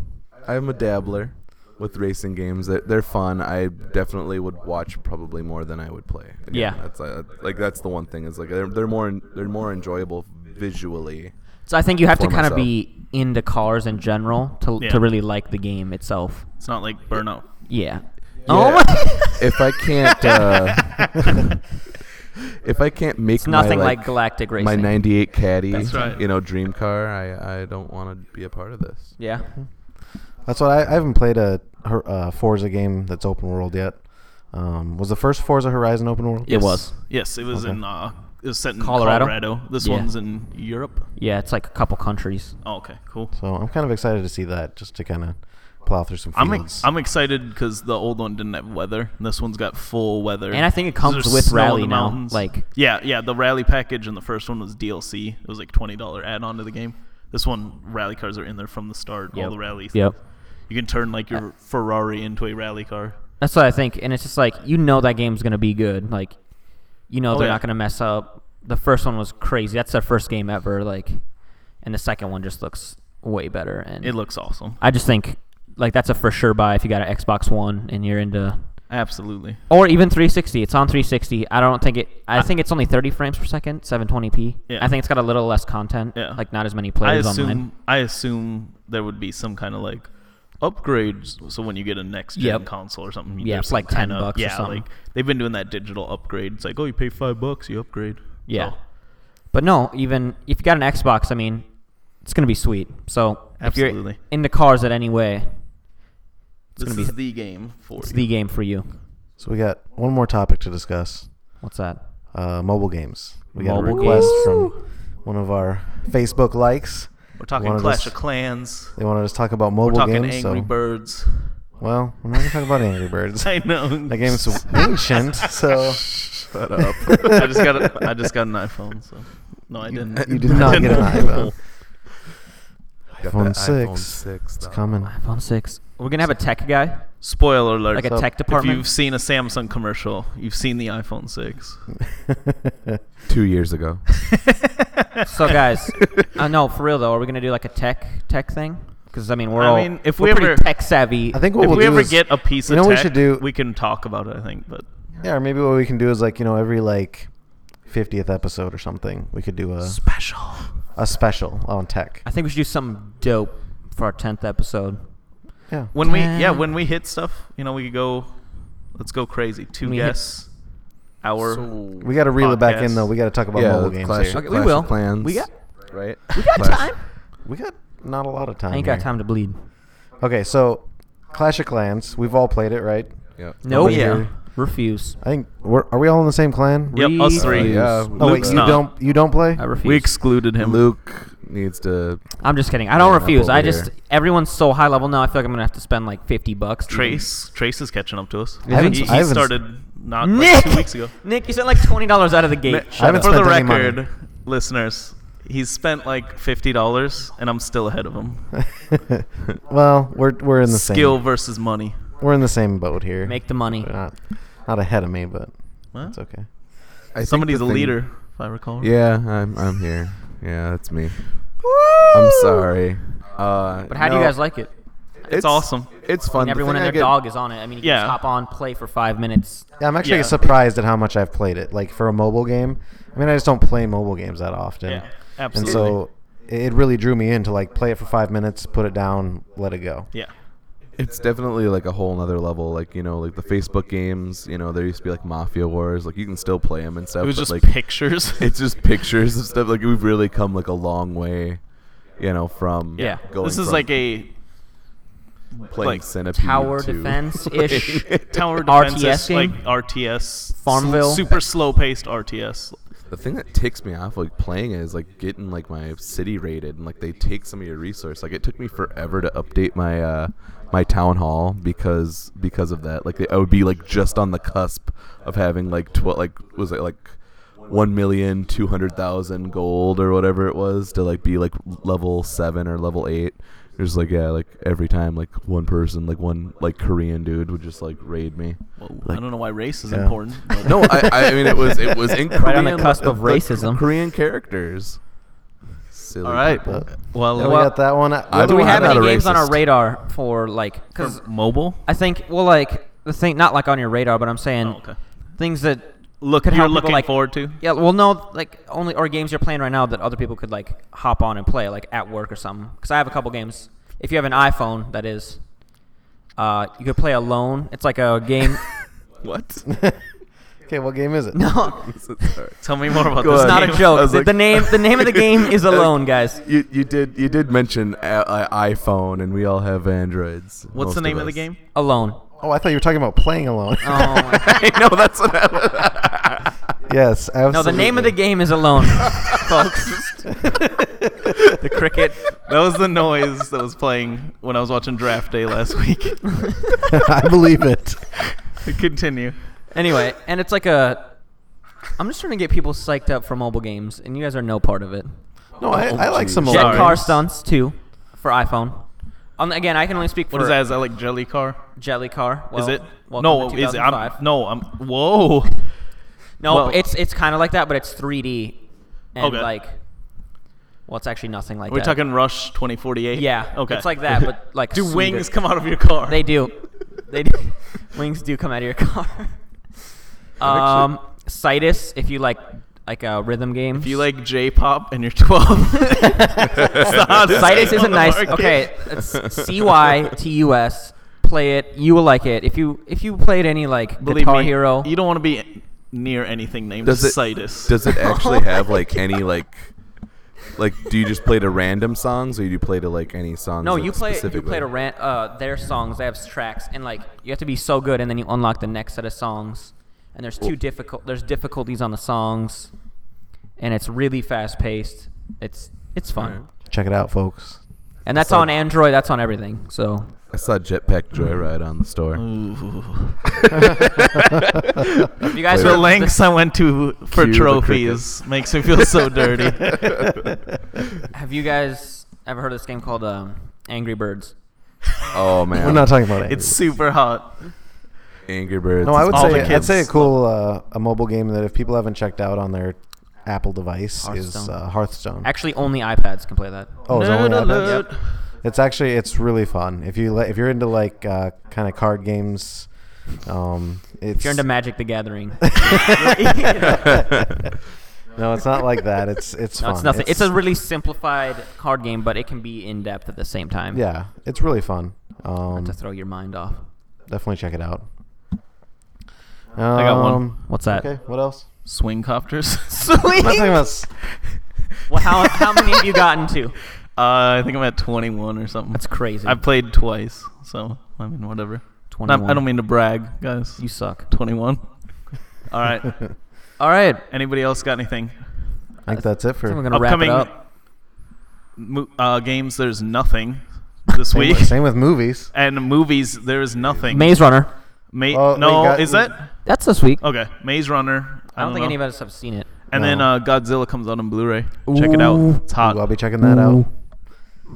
Speaker 4: I'm a dabbler with racing games. They're, they're fun. I definitely would watch probably more than I would play. Again,
Speaker 3: Yeah.
Speaker 4: That's uh, like that's the one thing is like they're they're more they're more enjoyable visually.
Speaker 3: so I think you have to
Speaker 4: For
Speaker 3: kind of
Speaker 4: myself.
Speaker 3: be into cars in general to
Speaker 1: Yeah.
Speaker 3: to really like the game itself.
Speaker 1: It's not like burnout.
Speaker 3: Yeah. Oh <laughs>
Speaker 4: Yeah. <laughs> if I can't uh, if I can't make
Speaker 3: It's nothing
Speaker 4: my,
Speaker 3: like,
Speaker 4: like
Speaker 3: Galactic Racing.
Speaker 4: my 98 caddy,
Speaker 1: That's right.
Speaker 4: you know, dream car, I I don't want to be a part of this. <laughs>
Speaker 3: Yeah.
Speaker 2: That's what I, I haven't played a, Hor- uh Forza game that's open world yet. Um, was the first Forza Horizon open world?
Speaker 3: It was.
Speaker 1: Yes, it was
Speaker 2: Okay.
Speaker 1: in uh it was set in
Speaker 3: Colorado?
Speaker 1: Colorado. This
Speaker 3: Yeah.
Speaker 1: one's in Europe.
Speaker 3: Yeah, it's like a couple countries.
Speaker 1: Oh, okay, cool.
Speaker 2: So I'm kind of excited to see that, just to kind of plow through some
Speaker 1: I'm
Speaker 2: fields.
Speaker 1: ex- I'm excited because the old one didn't have weather. and This one's got full weather,
Speaker 3: And I think it
Speaker 1: So
Speaker 3: comes
Speaker 1: there's
Speaker 3: with
Speaker 1: snow in
Speaker 3: Rally
Speaker 1: the
Speaker 3: now,
Speaker 1: mountains.
Speaker 3: like-
Speaker 1: yeah, yeah, the rally package in the first one was DLC. It was like twenty dollar add on to the game. This one, rally cars are in there from the start.
Speaker 3: Yep.
Speaker 1: All the rallies.
Speaker 3: Yep.
Speaker 1: You can turn like your Ferrari into a rally car.
Speaker 3: That's what I think, and it's just like you know that game's gonna be good. Like, you know
Speaker 1: Oh,
Speaker 3: they're
Speaker 1: yeah.
Speaker 3: not gonna mess up. The first one was crazy. That's their first game ever. Like, and the second one just looks way better. And
Speaker 1: It looks awesome.
Speaker 3: I just think like that's a for sure buy if you got an Xbox One and you're into
Speaker 1: Absolutely.
Speaker 3: or even 360. It's on 360. I don't think it. I think it's only 30 frames per second, 720p.
Speaker 1: Yeah.
Speaker 3: I think it's got a little less content.
Speaker 1: Yeah.
Speaker 3: Like not as many
Speaker 1: I
Speaker 3: players
Speaker 1: assume
Speaker 3: online.
Speaker 1: I assume there would be some kind of like upgrades. So when you get a next gen
Speaker 3: Yep.
Speaker 1: console or something,
Speaker 3: Yeah,
Speaker 1: there's
Speaker 3: it's like
Speaker 1: some
Speaker 3: 10
Speaker 1: kinda-
Speaker 3: bucks or
Speaker 1: Yeah,
Speaker 3: something.
Speaker 1: like they've been doing that digital upgrade. It's like, oh, you pay five bucks, you upgrade.
Speaker 3: Yeah.
Speaker 1: So,
Speaker 3: But no, even if you got an Xbox, I mean, it's gonna be sweet. So if you're
Speaker 1: Absolutely.
Speaker 3: into cars in any way, It's
Speaker 1: this
Speaker 3: gonna be-
Speaker 1: is the game for
Speaker 3: it's
Speaker 1: you.
Speaker 3: the game for you.
Speaker 2: So we got one more topic to discuss.
Speaker 3: What's that?
Speaker 2: Uh, mobile games. We got a
Speaker 3: Mobile
Speaker 2: request
Speaker 3: games.
Speaker 2: from one of our Facebook likes.
Speaker 1: We're talking
Speaker 2: One of
Speaker 1: Clash
Speaker 2: those-
Speaker 1: of Clans.
Speaker 2: They wanted us to talk about
Speaker 1: We're
Speaker 2: mobile
Speaker 1: talking
Speaker 2: games.
Speaker 1: Angry
Speaker 2: so,
Speaker 1: Birds.
Speaker 2: well, we're not gonna talk about Angry
Speaker 1: <laughs>
Speaker 2: Birds.
Speaker 1: I know.
Speaker 2: That game's
Speaker 1: <laughs>
Speaker 2: ancient, so <laughs>
Speaker 4: Shut up.
Speaker 1: I just got a, I just got an iPhone. So no, I
Speaker 2: You-
Speaker 1: didn't.
Speaker 2: you did not get an iPhone. <laughs>
Speaker 4: Got
Speaker 2: iPhone
Speaker 4: that iPhone
Speaker 2: 6.
Speaker 4: six.
Speaker 2: it's
Speaker 4: though.
Speaker 2: coming.
Speaker 3: iPhone six. We're gonna have a tech guy,
Speaker 1: Spoiler alert.
Speaker 3: like a
Speaker 2: So,
Speaker 3: tech
Speaker 1: if
Speaker 3: department.
Speaker 1: you've seen a Samsung commercial, you've seen the iPhone 6.
Speaker 2: <laughs>
Speaker 4: Two
Speaker 3: <laughs>
Speaker 4: years ago.
Speaker 1: <laughs>
Speaker 3: so guys, uh, no, for real though, are we gonna do like a tech tech thing? Because I mean, we're
Speaker 1: I
Speaker 3: all
Speaker 1: mean, if
Speaker 3: we're
Speaker 1: we
Speaker 3: pretty
Speaker 1: ever-
Speaker 3: tech savvy.
Speaker 2: I think what
Speaker 1: if
Speaker 2: we'll
Speaker 1: we
Speaker 2: do
Speaker 1: ever
Speaker 2: is-
Speaker 1: get a piece
Speaker 2: you
Speaker 1: of
Speaker 2: know what we
Speaker 1: tech,
Speaker 2: should do?
Speaker 1: we can talk about it, I think. But
Speaker 2: yeah, or maybe what we can do is like you know every like 50th episode or something, we could do uh, a
Speaker 1: special.
Speaker 2: a special on tech.
Speaker 3: I think we should do something dope for our
Speaker 2: <laughs>
Speaker 3: tenth episode.
Speaker 2: Yeah.
Speaker 1: When we yeah,
Speaker 3: Damn.
Speaker 1: when we hit stuff, you know, we could go let's go crazy. Two
Speaker 3: We hit-
Speaker 1: guests, hour.
Speaker 2: We got to reel it back in
Speaker 1: Podcast.
Speaker 2: though. We got to talk about
Speaker 4: yeah,
Speaker 2: mobile games
Speaker 4: Clash,
Speaker 2: here.
Speaker 3: Okay, we
Speaker 4: Clash of
Speaker 3: will.
Speaker 4: Clans.
Speaker 3: We got-
Speaker 4: right.
Speaker 3: We got
Speaker 4: Clash-
Speaker 3: time.
Speaker 2: We got not a lot of time.
Speaker 3: I ain't got
Speaker 2: here.
Speaker 3: time to bleed.
Speaker 2: Okay, so Clash of Clans, we've all played it, right?
Speaker 4: Yeah.
Speaker 3: No,
Speaker 2: Nobody
Speaker 3: yeah,
Speaker 2: here.
Speaker 3: refuse.
Speaker 2: I think we're, are we all in the same clan?
Speaker 1: Yep, us
Speaker 3: Refuse.
Speaker 1: three.
Speaker 4: yeah.
Speaker 2: Oh wait,
Speaker 1: Luke's
Speaker 2: you
Speaker 1: not.
Speaker 2: don't you don't play?
Speaker 3: I refuse.
Speaker 1: we excluded him.
Speaker 4: Luke needs to.
Speaker 3: I'm just kidding. I don't
Speaker 4: Yeah, I'm
Speaker 3: refuse.
Speaker 4: over
Speaker 3: I
Speaker 4: here.
Speaker 3: just everyone's so high level now. I feel like I'm gonna have to spend like fifty bucks. to
Speaker 1: Trace. Trace is catching up to us.
Speaker 2: I haven't-
Speaker 1: he he
Speaker 2: I haven't-
Speaker 1: started not
Speaker 3: even-
Speaker 1: like two weeks ago.
Speaker 3: Nick, you sent like twenty dollars out of the gate.
Speaker 1: Ma-
Speaker 2: I haven't
Speaker 1: For the
Speaker 2: spent any money.
Speaker 1: record, listeners, he's spent like fifty dollars, and I'm still ahead of him.
Speaker 2: <laughs> well, we're we're in the
Speaker 1: Skill
Speaker 2: same
Speaker 1: versus money.
Speaker 2: we're in the same boat here.
Speaker 3: Make the money.
Speaker 2: They're not not ahead of me, but
Speaker 1: Well,
Speaker 2: it's okay.
Speaker 4: I think
Speaker 1: Somebody's
Speaker 4: the
Speaker 1: a
Speaker 4: thing-
Speaker 1: leader, if I recall.
Speaker 4: Yeah, I'm. I'm here. Yeah, that's me. I'm sorry. Uh,
Speaker 3: But how do you guys like it?
Speaker 4: It's,
Speaker 1: awesome.
Speaker 4: It's fun.
Speaker 3: and
Speaker 4: The
Speaker 3: everyone
Speaker 4: thing
Speaker 3: and
Speaker 4: I
Speaker 3: their
Speaker 4: get-
Speaker 3: dog is on it. I mean, you
Speaker 1: Yeah.
Speaker 3: can just hop on, play for five minutes.
Speaker 2: Yeah, I'm actually
Speaker 1: Yeah.
Speaker 2: surprised at how much I've played it. Like for a mobile game, I mean, I just don't play mobile games that often.
Speaker 1: Yeah,
Speaker 2: And
Speaker 1: absolutely.
Speaker 2: so it it really drew me in to like play it for five minutes, put it down, let it go.
Speaker 1: yeah.
Speaker 4: It's definitely like a whole nother level. Like you know, like the Facebook games. You know, there used to be like Mafia Wars. Like you can still play them and stuff.
Speaker 1: It was
Speaker 4: but,
Speaker 1: just
Speaker 4: like,
Speaker 1: pictures.
Speaker 4: <laughs> It's just pictures of stuff. Like we've really come like a long way. You know, from
Speaker 1: <laughs> yeah.
Speaker 4: Going
Speaker 1: This is
Speaker 4: from
Speaker 1: like a
Speaker 4: playing
Speaker 1: like, <laughs>
Speaker 4: Centipede
Speaker 3: Tower
Speaker 4: to-
Speaker 3: defense
Speaker 4: <laughs>
Speaker 3: ish.
Speaker 1: tower
Speaker 3: RTS
Speaker 1: defense, is
Speaker 3: game?
Speaker 1: like RTS,
Speaker 3: Farmville?
Speaker 1: s- super slow paced RTS.
Speaker 4: The thing that ticks me off like playing it is like getting like my city raided and like they take some of your resource. Like it took me forever to update my uh my town hall because because of that. Like they, I would be like just on the cusp of having like twelve like was it like one million two hundred thousand gold or whatever it was to like be like level seven or level eight. There's like yeah like every time like one person like one like Korean dude would just like raid me.
Speaker 1: Well, I don't know why race is
Speaker 2: Yeah.
Speaker 1: <laughs> important. but-
Speaker 4: No, I, I mean it was it
Speaker 1: <laughs>
Speaker 4: was in
Speaker 3: <laughs> Right on the
Speaker 4: Korean,
Speaker 3: cusp of
Speaker 4: uh,
Speaker 3: racism.
Speaker 4: Korean characters. Silly
Speaker 1: All right.
Speaker 4: people.
Speaker 1: Well,
Speaker 2: Yeah, we
Speaker 1: well,
Speaker 2: got that one. The
Speaker 4: I
Speaker 2: other
Speaker 3: do we
Speaker 2: one-
Speaker 4: I'm
Speaker 3: have
Speaker 4: not
Speaker 3: any
Speaker 4: a
Speaker 3: games on our
Speaker 4: racist.
Speaker 3: radar for like? Because
Speaker 1: mobile.
Speaker 3: I think well, like the thing, not like on your radar, but I'm saying
Speaker 1: Oh, okay.
Speaker 3: things that
Speaker 1: Look,
Speaker 3: could
Speaker 1: you're
Speaker 3: help people,
Speaker 1: looking
Speaker 3: like-
Speaker 1: forward to.
Speaker 3: yeah, well, no, like only or games you're playing right now that other people could like hop on and play, like at work or something. Because I have a couple games. If you have an iPhone, that is, uh, you could play alone. It's like a
Speaker 1: <laughs>
Speaker 3: game. <laughs>
Speaker 4: What?
Speaker 2: <laughs> okay, what game is it?
Speaker 3: no,
Speaker 1: Tell me more about
Speaker 4: Go
Speaker 1: this.
Speaker 3: It's not
Speaker 4: ahead.
Speaker 3: a
Speaker 1: game.
Speaker 4: I
Speaker 3: joke.
Speaker 4: was
Speaker 3: The,
Speaker 4: like-
Speaker 3: the name the name of the game
Speaker 4: <laughs>
Speaker 3: is Alone, guys.
Speaker 4: You you did you did mention a, a iPhone and we all have Androids.
Speaker 1: What's the
Speaker 4: most
Speaker 1: name of the
Speaker 4: us.
Speaker 1: game?
Speaker 3: Alone.
Speaker 2: Oh, I thought you were talking about playing alone.
Speaker 1: <laughs>
Speaker 2: <laughs>
Speaker 3: Oh, my-
Speaker 4: I know that's what. I
Speaker 2: yes, absolutely.
Speaker 3: no, the name of the game
Speaker 1: <laughs>
Speaker 3: is Alone, folks.
Speaker 1: The cricket. That was the noise that was playing when I was watching Draft Day last <laughs> week.
Speaker 2: I believe it.
Speaker 1: Continue.
Speaker 3: Anyway, and it's like a. I'm just trying to get people psyched up for mobile games, and you guys are no part of it.
Speaker 2: No, I, I like some
Speaker 4: Oh,
Speaker 3: Jet
Speaker 1: sorry.
Speaker 2: alone.
Speaker 3: car stunts too, for iPhone. On the, again, I can only speak for
Speaker 1: What is that? Is that like jelly car?
Speaker 3: Jelly car. Well,
Speaker 1: is it?
Speaker 3: welcome
Speaker 1: no,
Speaker 3: to
Speaker 1: is it? I'm,
Speaker 3: 2005.
Speaker 1: no, I'm. Whoa.
Speaker 3: No,
Speaker 1: Well-
Speaker 3: it's it's kind of like that, but it's 3D and
Speaker 1: Okay.
Speaker 3: like well, it's actually nothing like
Speaker 1: We're
Speaker 3: that.
Speaker 1: talking Rush 2048.
Speaker 3: yeah,
Speaker 1: Okay.
Speaker 3: it's like that,
Speaker 1: <laughs>
Speaker 3: but like
Speaker 1: Do
Speaker 3: sweeter.
Speaker 1: wings come out of your car?
Speaker 3: They do, they do. <laughs> wings do come out of
Speaker 1: <laughs>
Speaker 3: your car. um, Citus, if you like like uh, rhythm games.
Speaker 1: If you like J-pop and you're
Speaker 3: <laughs>
Speaker 4: <laughs>
Speaker 1: 12, it's the hottest
Speaker 3: Citus
Speaker 1: game on
Speaker 3: is a
Speaker 1: the
Speaker 3: nice.
Speaker 1: market.
Speaker 3: Okay, it's C Y T U S. Play it, you will like it. If you if you played any like
Speaker 1: Believe
Speaker 3: Guitar
Speaker 1: me,
Speaker 3: Hero,
Speaker 1: You don't want to be near anything named
Speaker 4: Does it-
Speaker 1: Citus.
Speaker 4: Does
Speaker 1: <laughs>
Speaker 4: it actually have like any like like do you just play to random songs or do you play to like any songs?
Speaker 3: No,
Speaker 4: like,
Speaker 3: you play you
Speaker 4: specifically?
Speaker 3: play to rant uh, their songs. They have tracks, and like you have to be so good, and then you unlock the next set of songs. And there's two difficult. There's difficulties on the songs, and it's really fast paced. It's it's fun,
Speaker 4: Alright.
Speaker 2: Check it out, folks.
Speaker 3: and that's
Speaker 4: So-
Speaker 3: on Android. That's on everything. So
Speaker 4: I saw Jetpack Joyride on the store.
Speaker 1: Mm. Ooh.
Speaker 3: if <laughs> you guys
Speaker 4: Wait,
Speaker 3: are
Speaker 1: the lengths I went to for
Speaker 4: Cue the
Speaker 1: trophies makes me feel so dirty.
Speaker 3: have you guys ever heard of this game called um, Angry Birds?
Speaker 4: <laughs> Oh man,
Speaker 2: We're not talking about it.
Speaker 1: it's super hot.
Speaker 4: Angry Birds.
Speaker 2: No, I would
Speaker 1: all
Speaker 2: say
Speaker 1: the
Speaker 2: I'd say a
Speaker 1: kids.
Speaker 2: cool uh, a mobile game that if people haven't checked out on their Apple device is
Speaker 3: Hearthstone.
Speaker 2: uh, Hearthstone.
Speaker 3: Actually, only iPads can play that.
Speaker 2: oh, is it only
Speaker 1: Nerd
Speaker 2: iPads?
Speaker 1: alert.
Speaker 2: It's actually it's really fun if you li- if you're into like uh, kind of card games. Um, it's
Speaker 3: If you're into Magic
Speaker 2: <laughs>
Speaker 3: the Gathering, <laughs>
Speaker 2: no, it's not like that. It's it's
Speaker 3: no,
Speaker 2: fun.
Speaker 3: it's nothing. It's, a really simplified card game, but it can be in depth at the same time.
Speaker 2: yeah, it's really fun. Um,
Speaker 3: to throw your mind off.
Speaker 2: definitely check it out. Um,
Speaker 1: got one.
Speaker 3: What's that?
Speaker 2: Okay, what else? <laughs>
Speaker 1: Swing copters. <laughs>
Speaker 2: I'm not talking about. s-
Speaker 3: Well, how, how many have you gotten to?
Speaker 1: <laughs> Uh, I think I'm at 21 or something.
Speaker 3: That's crazy.
Speaker 1: I've played twice, so I mean whatever. Not,
Speaker 3: 21.
Speaker 1: I don't mean to brag, guys.
Speaker 3: You
Speaker 2: <laughs>
Speaker 3: suck.
Speaker 1: 21. All right.
Speaker 3: All right.
Speaker 1: Anybody else got anything?
Speaker 2: I think that's it
Speaker 3: I think we're
Speaker 2: for
Speaker 3: going to wrap
Speaker 1: Upcoming
Speaker 3: it up.
Speaker 1: mo- uh, games. There's nothing this
Speaker 2: same,
Speaker 1: week,
Speaker 2: with- <laughs> same with movies.
Speaker 1: <laughs> and movies. There is nothing.
Speaker 3: Maze Runner.
Speaker 1: Ma-
Speaker 2: Oh, we
Speaker 1: no,
Speaker 2: got-
Speaker 1: is that
Speaker 3: That's this week.
Speaker 1: okay? Maze Runner.
Speaker 3: I don't think
Speaker 1: Oh, know.
Speaker 3: any of us have seen it.
Speaker 1: And then
Speaker 2: No.
Speaker 1: uh, Godzilla comes out on Blu-ray. Check it out.
Speaker 3: Ooh.
Speaker 1: It's hot.
Speaker 2: Ooh, I'll be checking that out.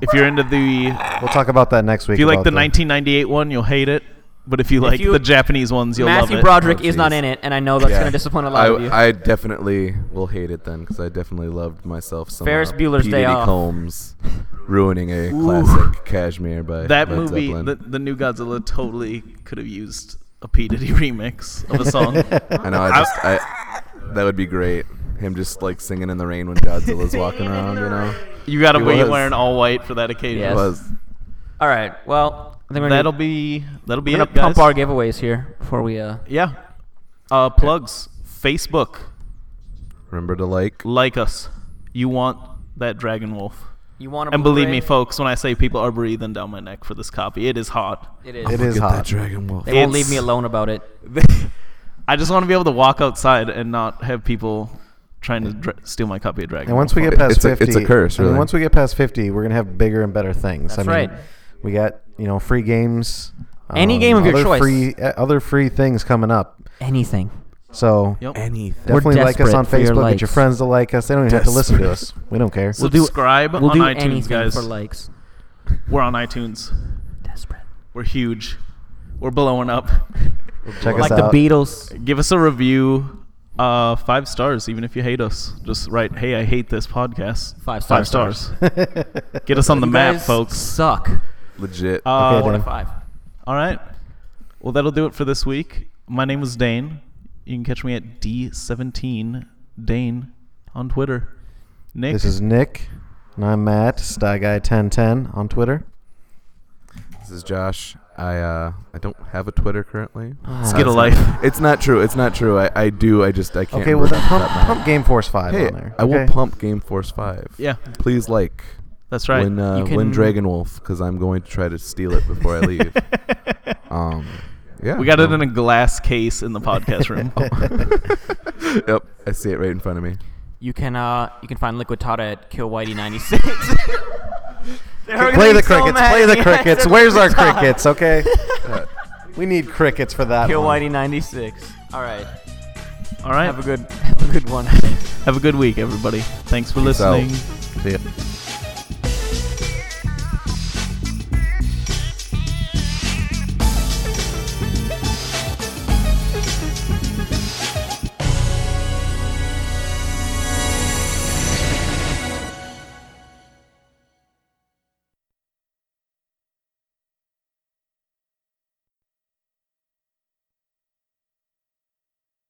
Speaker 1: If you're into the,
Speaker 2: We'll talk about that next week.
Speaker 1: if you like
Speaker 2: about
Speaker 1: the 1998 one, you'll hate it. But if you like
Speaker 3: you-
Speaker 1: the Japanese ones, you'll
Speaker 3: Matthew
Speaker 1: love it.
Speaker 3: Broderick
Speaker 4: Oh,
Speaker 3: is not
Speaker 4: jeez.
Speaker 3: in it, and I know that's
Speaker 4: Yeah.
Speaker 3: going to disappoint a lot
Speaker 4: I,
Speaker 3: of you.
Speaker 4: I definitely will hate it then because I definitely loved myself some.
Speaker 3: Ferris
Speaker 4: uh,
Speaker 3: Bueller's
Speaker 4: P.
Speaker 3: Day
Speaker 4: Diddy
Speaker 3: Off.
Speaker 4: Combs ruining a classic Cashmere by
Speaker 1: that
Speaker 4: Led
Speaker 1: movie,
Speaker 4: Zeppelin.
Speaker 1: the, the new Godzilla, totally could have used a P Diddy <laughs> remix of a song.
Speaker 4: I know. I just I, that would be great. Him just like singing in the rain when Godzilla's walking around. You know,
Speaker 1: you got to
Speaker 4: It
Speaker 1: be
Speaker 4: was.
Speaker 1: wearing all white for that occasion.
Speaker 3: Yes.
Speaker 4: it was.
Speaker 3: All right. Well, I think we're
Speaker 1: That'll
Speaker 3: going
Speaker 1: be that'll be
Speaker 3: to
Speaker 1: it, guys.
Speaker 3: pump our giveaways here before we. Uh,
Speaker 1: yeah. Uh, plugs. Facebook.
Speaker 4: Remember to like.
Speaker 1: Like us. You want that Dragon Wolf.
Speaker 3: you want to
Speaker 1: And believe me, folks, when I say people are breathing down my neck for this copy, it is hot.
Speaker 3: It is.
Speaker 2: It is
Speaker 4: Get
Speaker 2: hot.
Speaker 4: that Dragon Wolf.
Speaker 3: They won't leave
Speaker 1: It's-
Speaker 3: me alone <laughs> about it.
Speaker 1: I just want to be able to walk outside and not have people trying to dra- steal my copy of Dragon.
Speaker 2: And once we
Speaker 4: It-
Speaker 2: get past
Speaker 4: it's a- it's a
Speaker 2: fifty,
Speaker 4: curse,
Speaker 2: I mean,
Speaker 4: really.
Speaker 2: once we get past fifty, we're gonna have bigger and better things.
Speaker 3: That's
Speaker 2: I mean,
Speaker 3: right.
Speaker 2: We got you know free games. um,
Speaker 3: Any game of your
Speaker 2: other
Speaker 3: choice.
Speaker 2: Free, uh, other free things coming up.
Speaker 3: Anything.
Speaker 2: So
Speaker 1: Yep.
Speaker 4: Anything.
Speaker 3: We're
Speaker 2: definitely like us
Speaker 3: desperate
Speaker 2: on
Speaker 3: for your
Speaker 2: Facebook. Get your
Speaker 3: likes.
Speaker 2: friends to like us. They don't even have to listen to us. We don't care.
Speaker 3: We'll do-
Speaker 1: Subscribe
Speaker 3: we'll
Speaker 1: on
Speaker 3: do
Speaker 1: iTunes,
Speaker 3: anything
Speaker 1: guys.
Speaker 3: for likes.
Speaker 1: We're on iTunes.
Speaker 3: Desperate.
Speaker 1: We're huge. We're blowing up. <laughs>
Speaker 2: Check us
Speaker 3: Like
Speaker 2: out.
Speaker 3: the Beatles.
Speaker 1: Give us a review. Uh, five stars, even if you hate us. Just write, "Hey, I hate this podcast."
Speaker 3: Five
Speaker 1: Five
Speaker 3: stars.
Speaker 1: stars. Get us on the
Speaker 3: <laughs> You
Speaker 1: map,
Speaker 3: guys
Speaker 1: folks.
Speaker 3: Suck.
Speaker 4: Legit.
Speaker 1: Uh,
Speaker 2: Okay,
Speaker 3: Four to
Speaker 2: Dan.
Speaker 3: five.
Speaker 1: All right. Well, that'll do it for this week. My name is Dane. You can catch me at D17 Dane on Twitter. Nick,
Speaker 2: This is Nick, and I'm Matt Styguy1010 on Twitter.
Speaker 4: This is Josh. I uh, I don't have a Twitter currently.
Speaker 3: Ah,
Speaker 1: let's get a life.
Speaker 4: It's not true. It's not true. I, I do. I just I can't.
Speaker 2: Okay, well
Speaker 4: remember
Speaker 2: then pump,
Speaker 4: that much.
Speaker 2: pump Game Force Five
Speaker 4: Hey,
Speaker 2: on there.
Speaker 4: I will
Speaker 2: okay?
Speaker 4: pump Game Force Five.
Speaker 1: Yeah,
Speaker 4: Please like.
Speaker 1: that's right.
Speaker 4: When uh,
Speaker 3: You
Speaker 4: when
Speaker 3: can-
Speaker 4: Dragon Wolf, because I'm going to try to steal it before
Speaker 1: <laughs>
Speaker 4: I leave. um, yeah.
Speaker 1: we got it
Speaker 4: no.
Speaker 1: in a glass case in the podcast room.
Speaker 4: <laughs> Yep, I see it right in front of me.
Speaker 3: You can uh, you can find Liquid Tata at Kill Whitey
Speaker 1: <laughs>
Speaker 3: ninety six.
Speaker 2: Play the crickets. Play the crickets. Where's our
Speaker 1: <laughs>
Speaker 2: crickets? Okay. We need crickets for that.
Speaker 3: Kill
Speaker 2: one.
Speaker 3: Whitey ninety six. All right.
Speaker 1: All right.
Speaker 3: Have a good <laughs> have a good one.
Speaker 1: Have a good week, everybody. Thanks for
Speaker 4: Peace out.
Speaker 1: listening.
Speaker 2: See ya.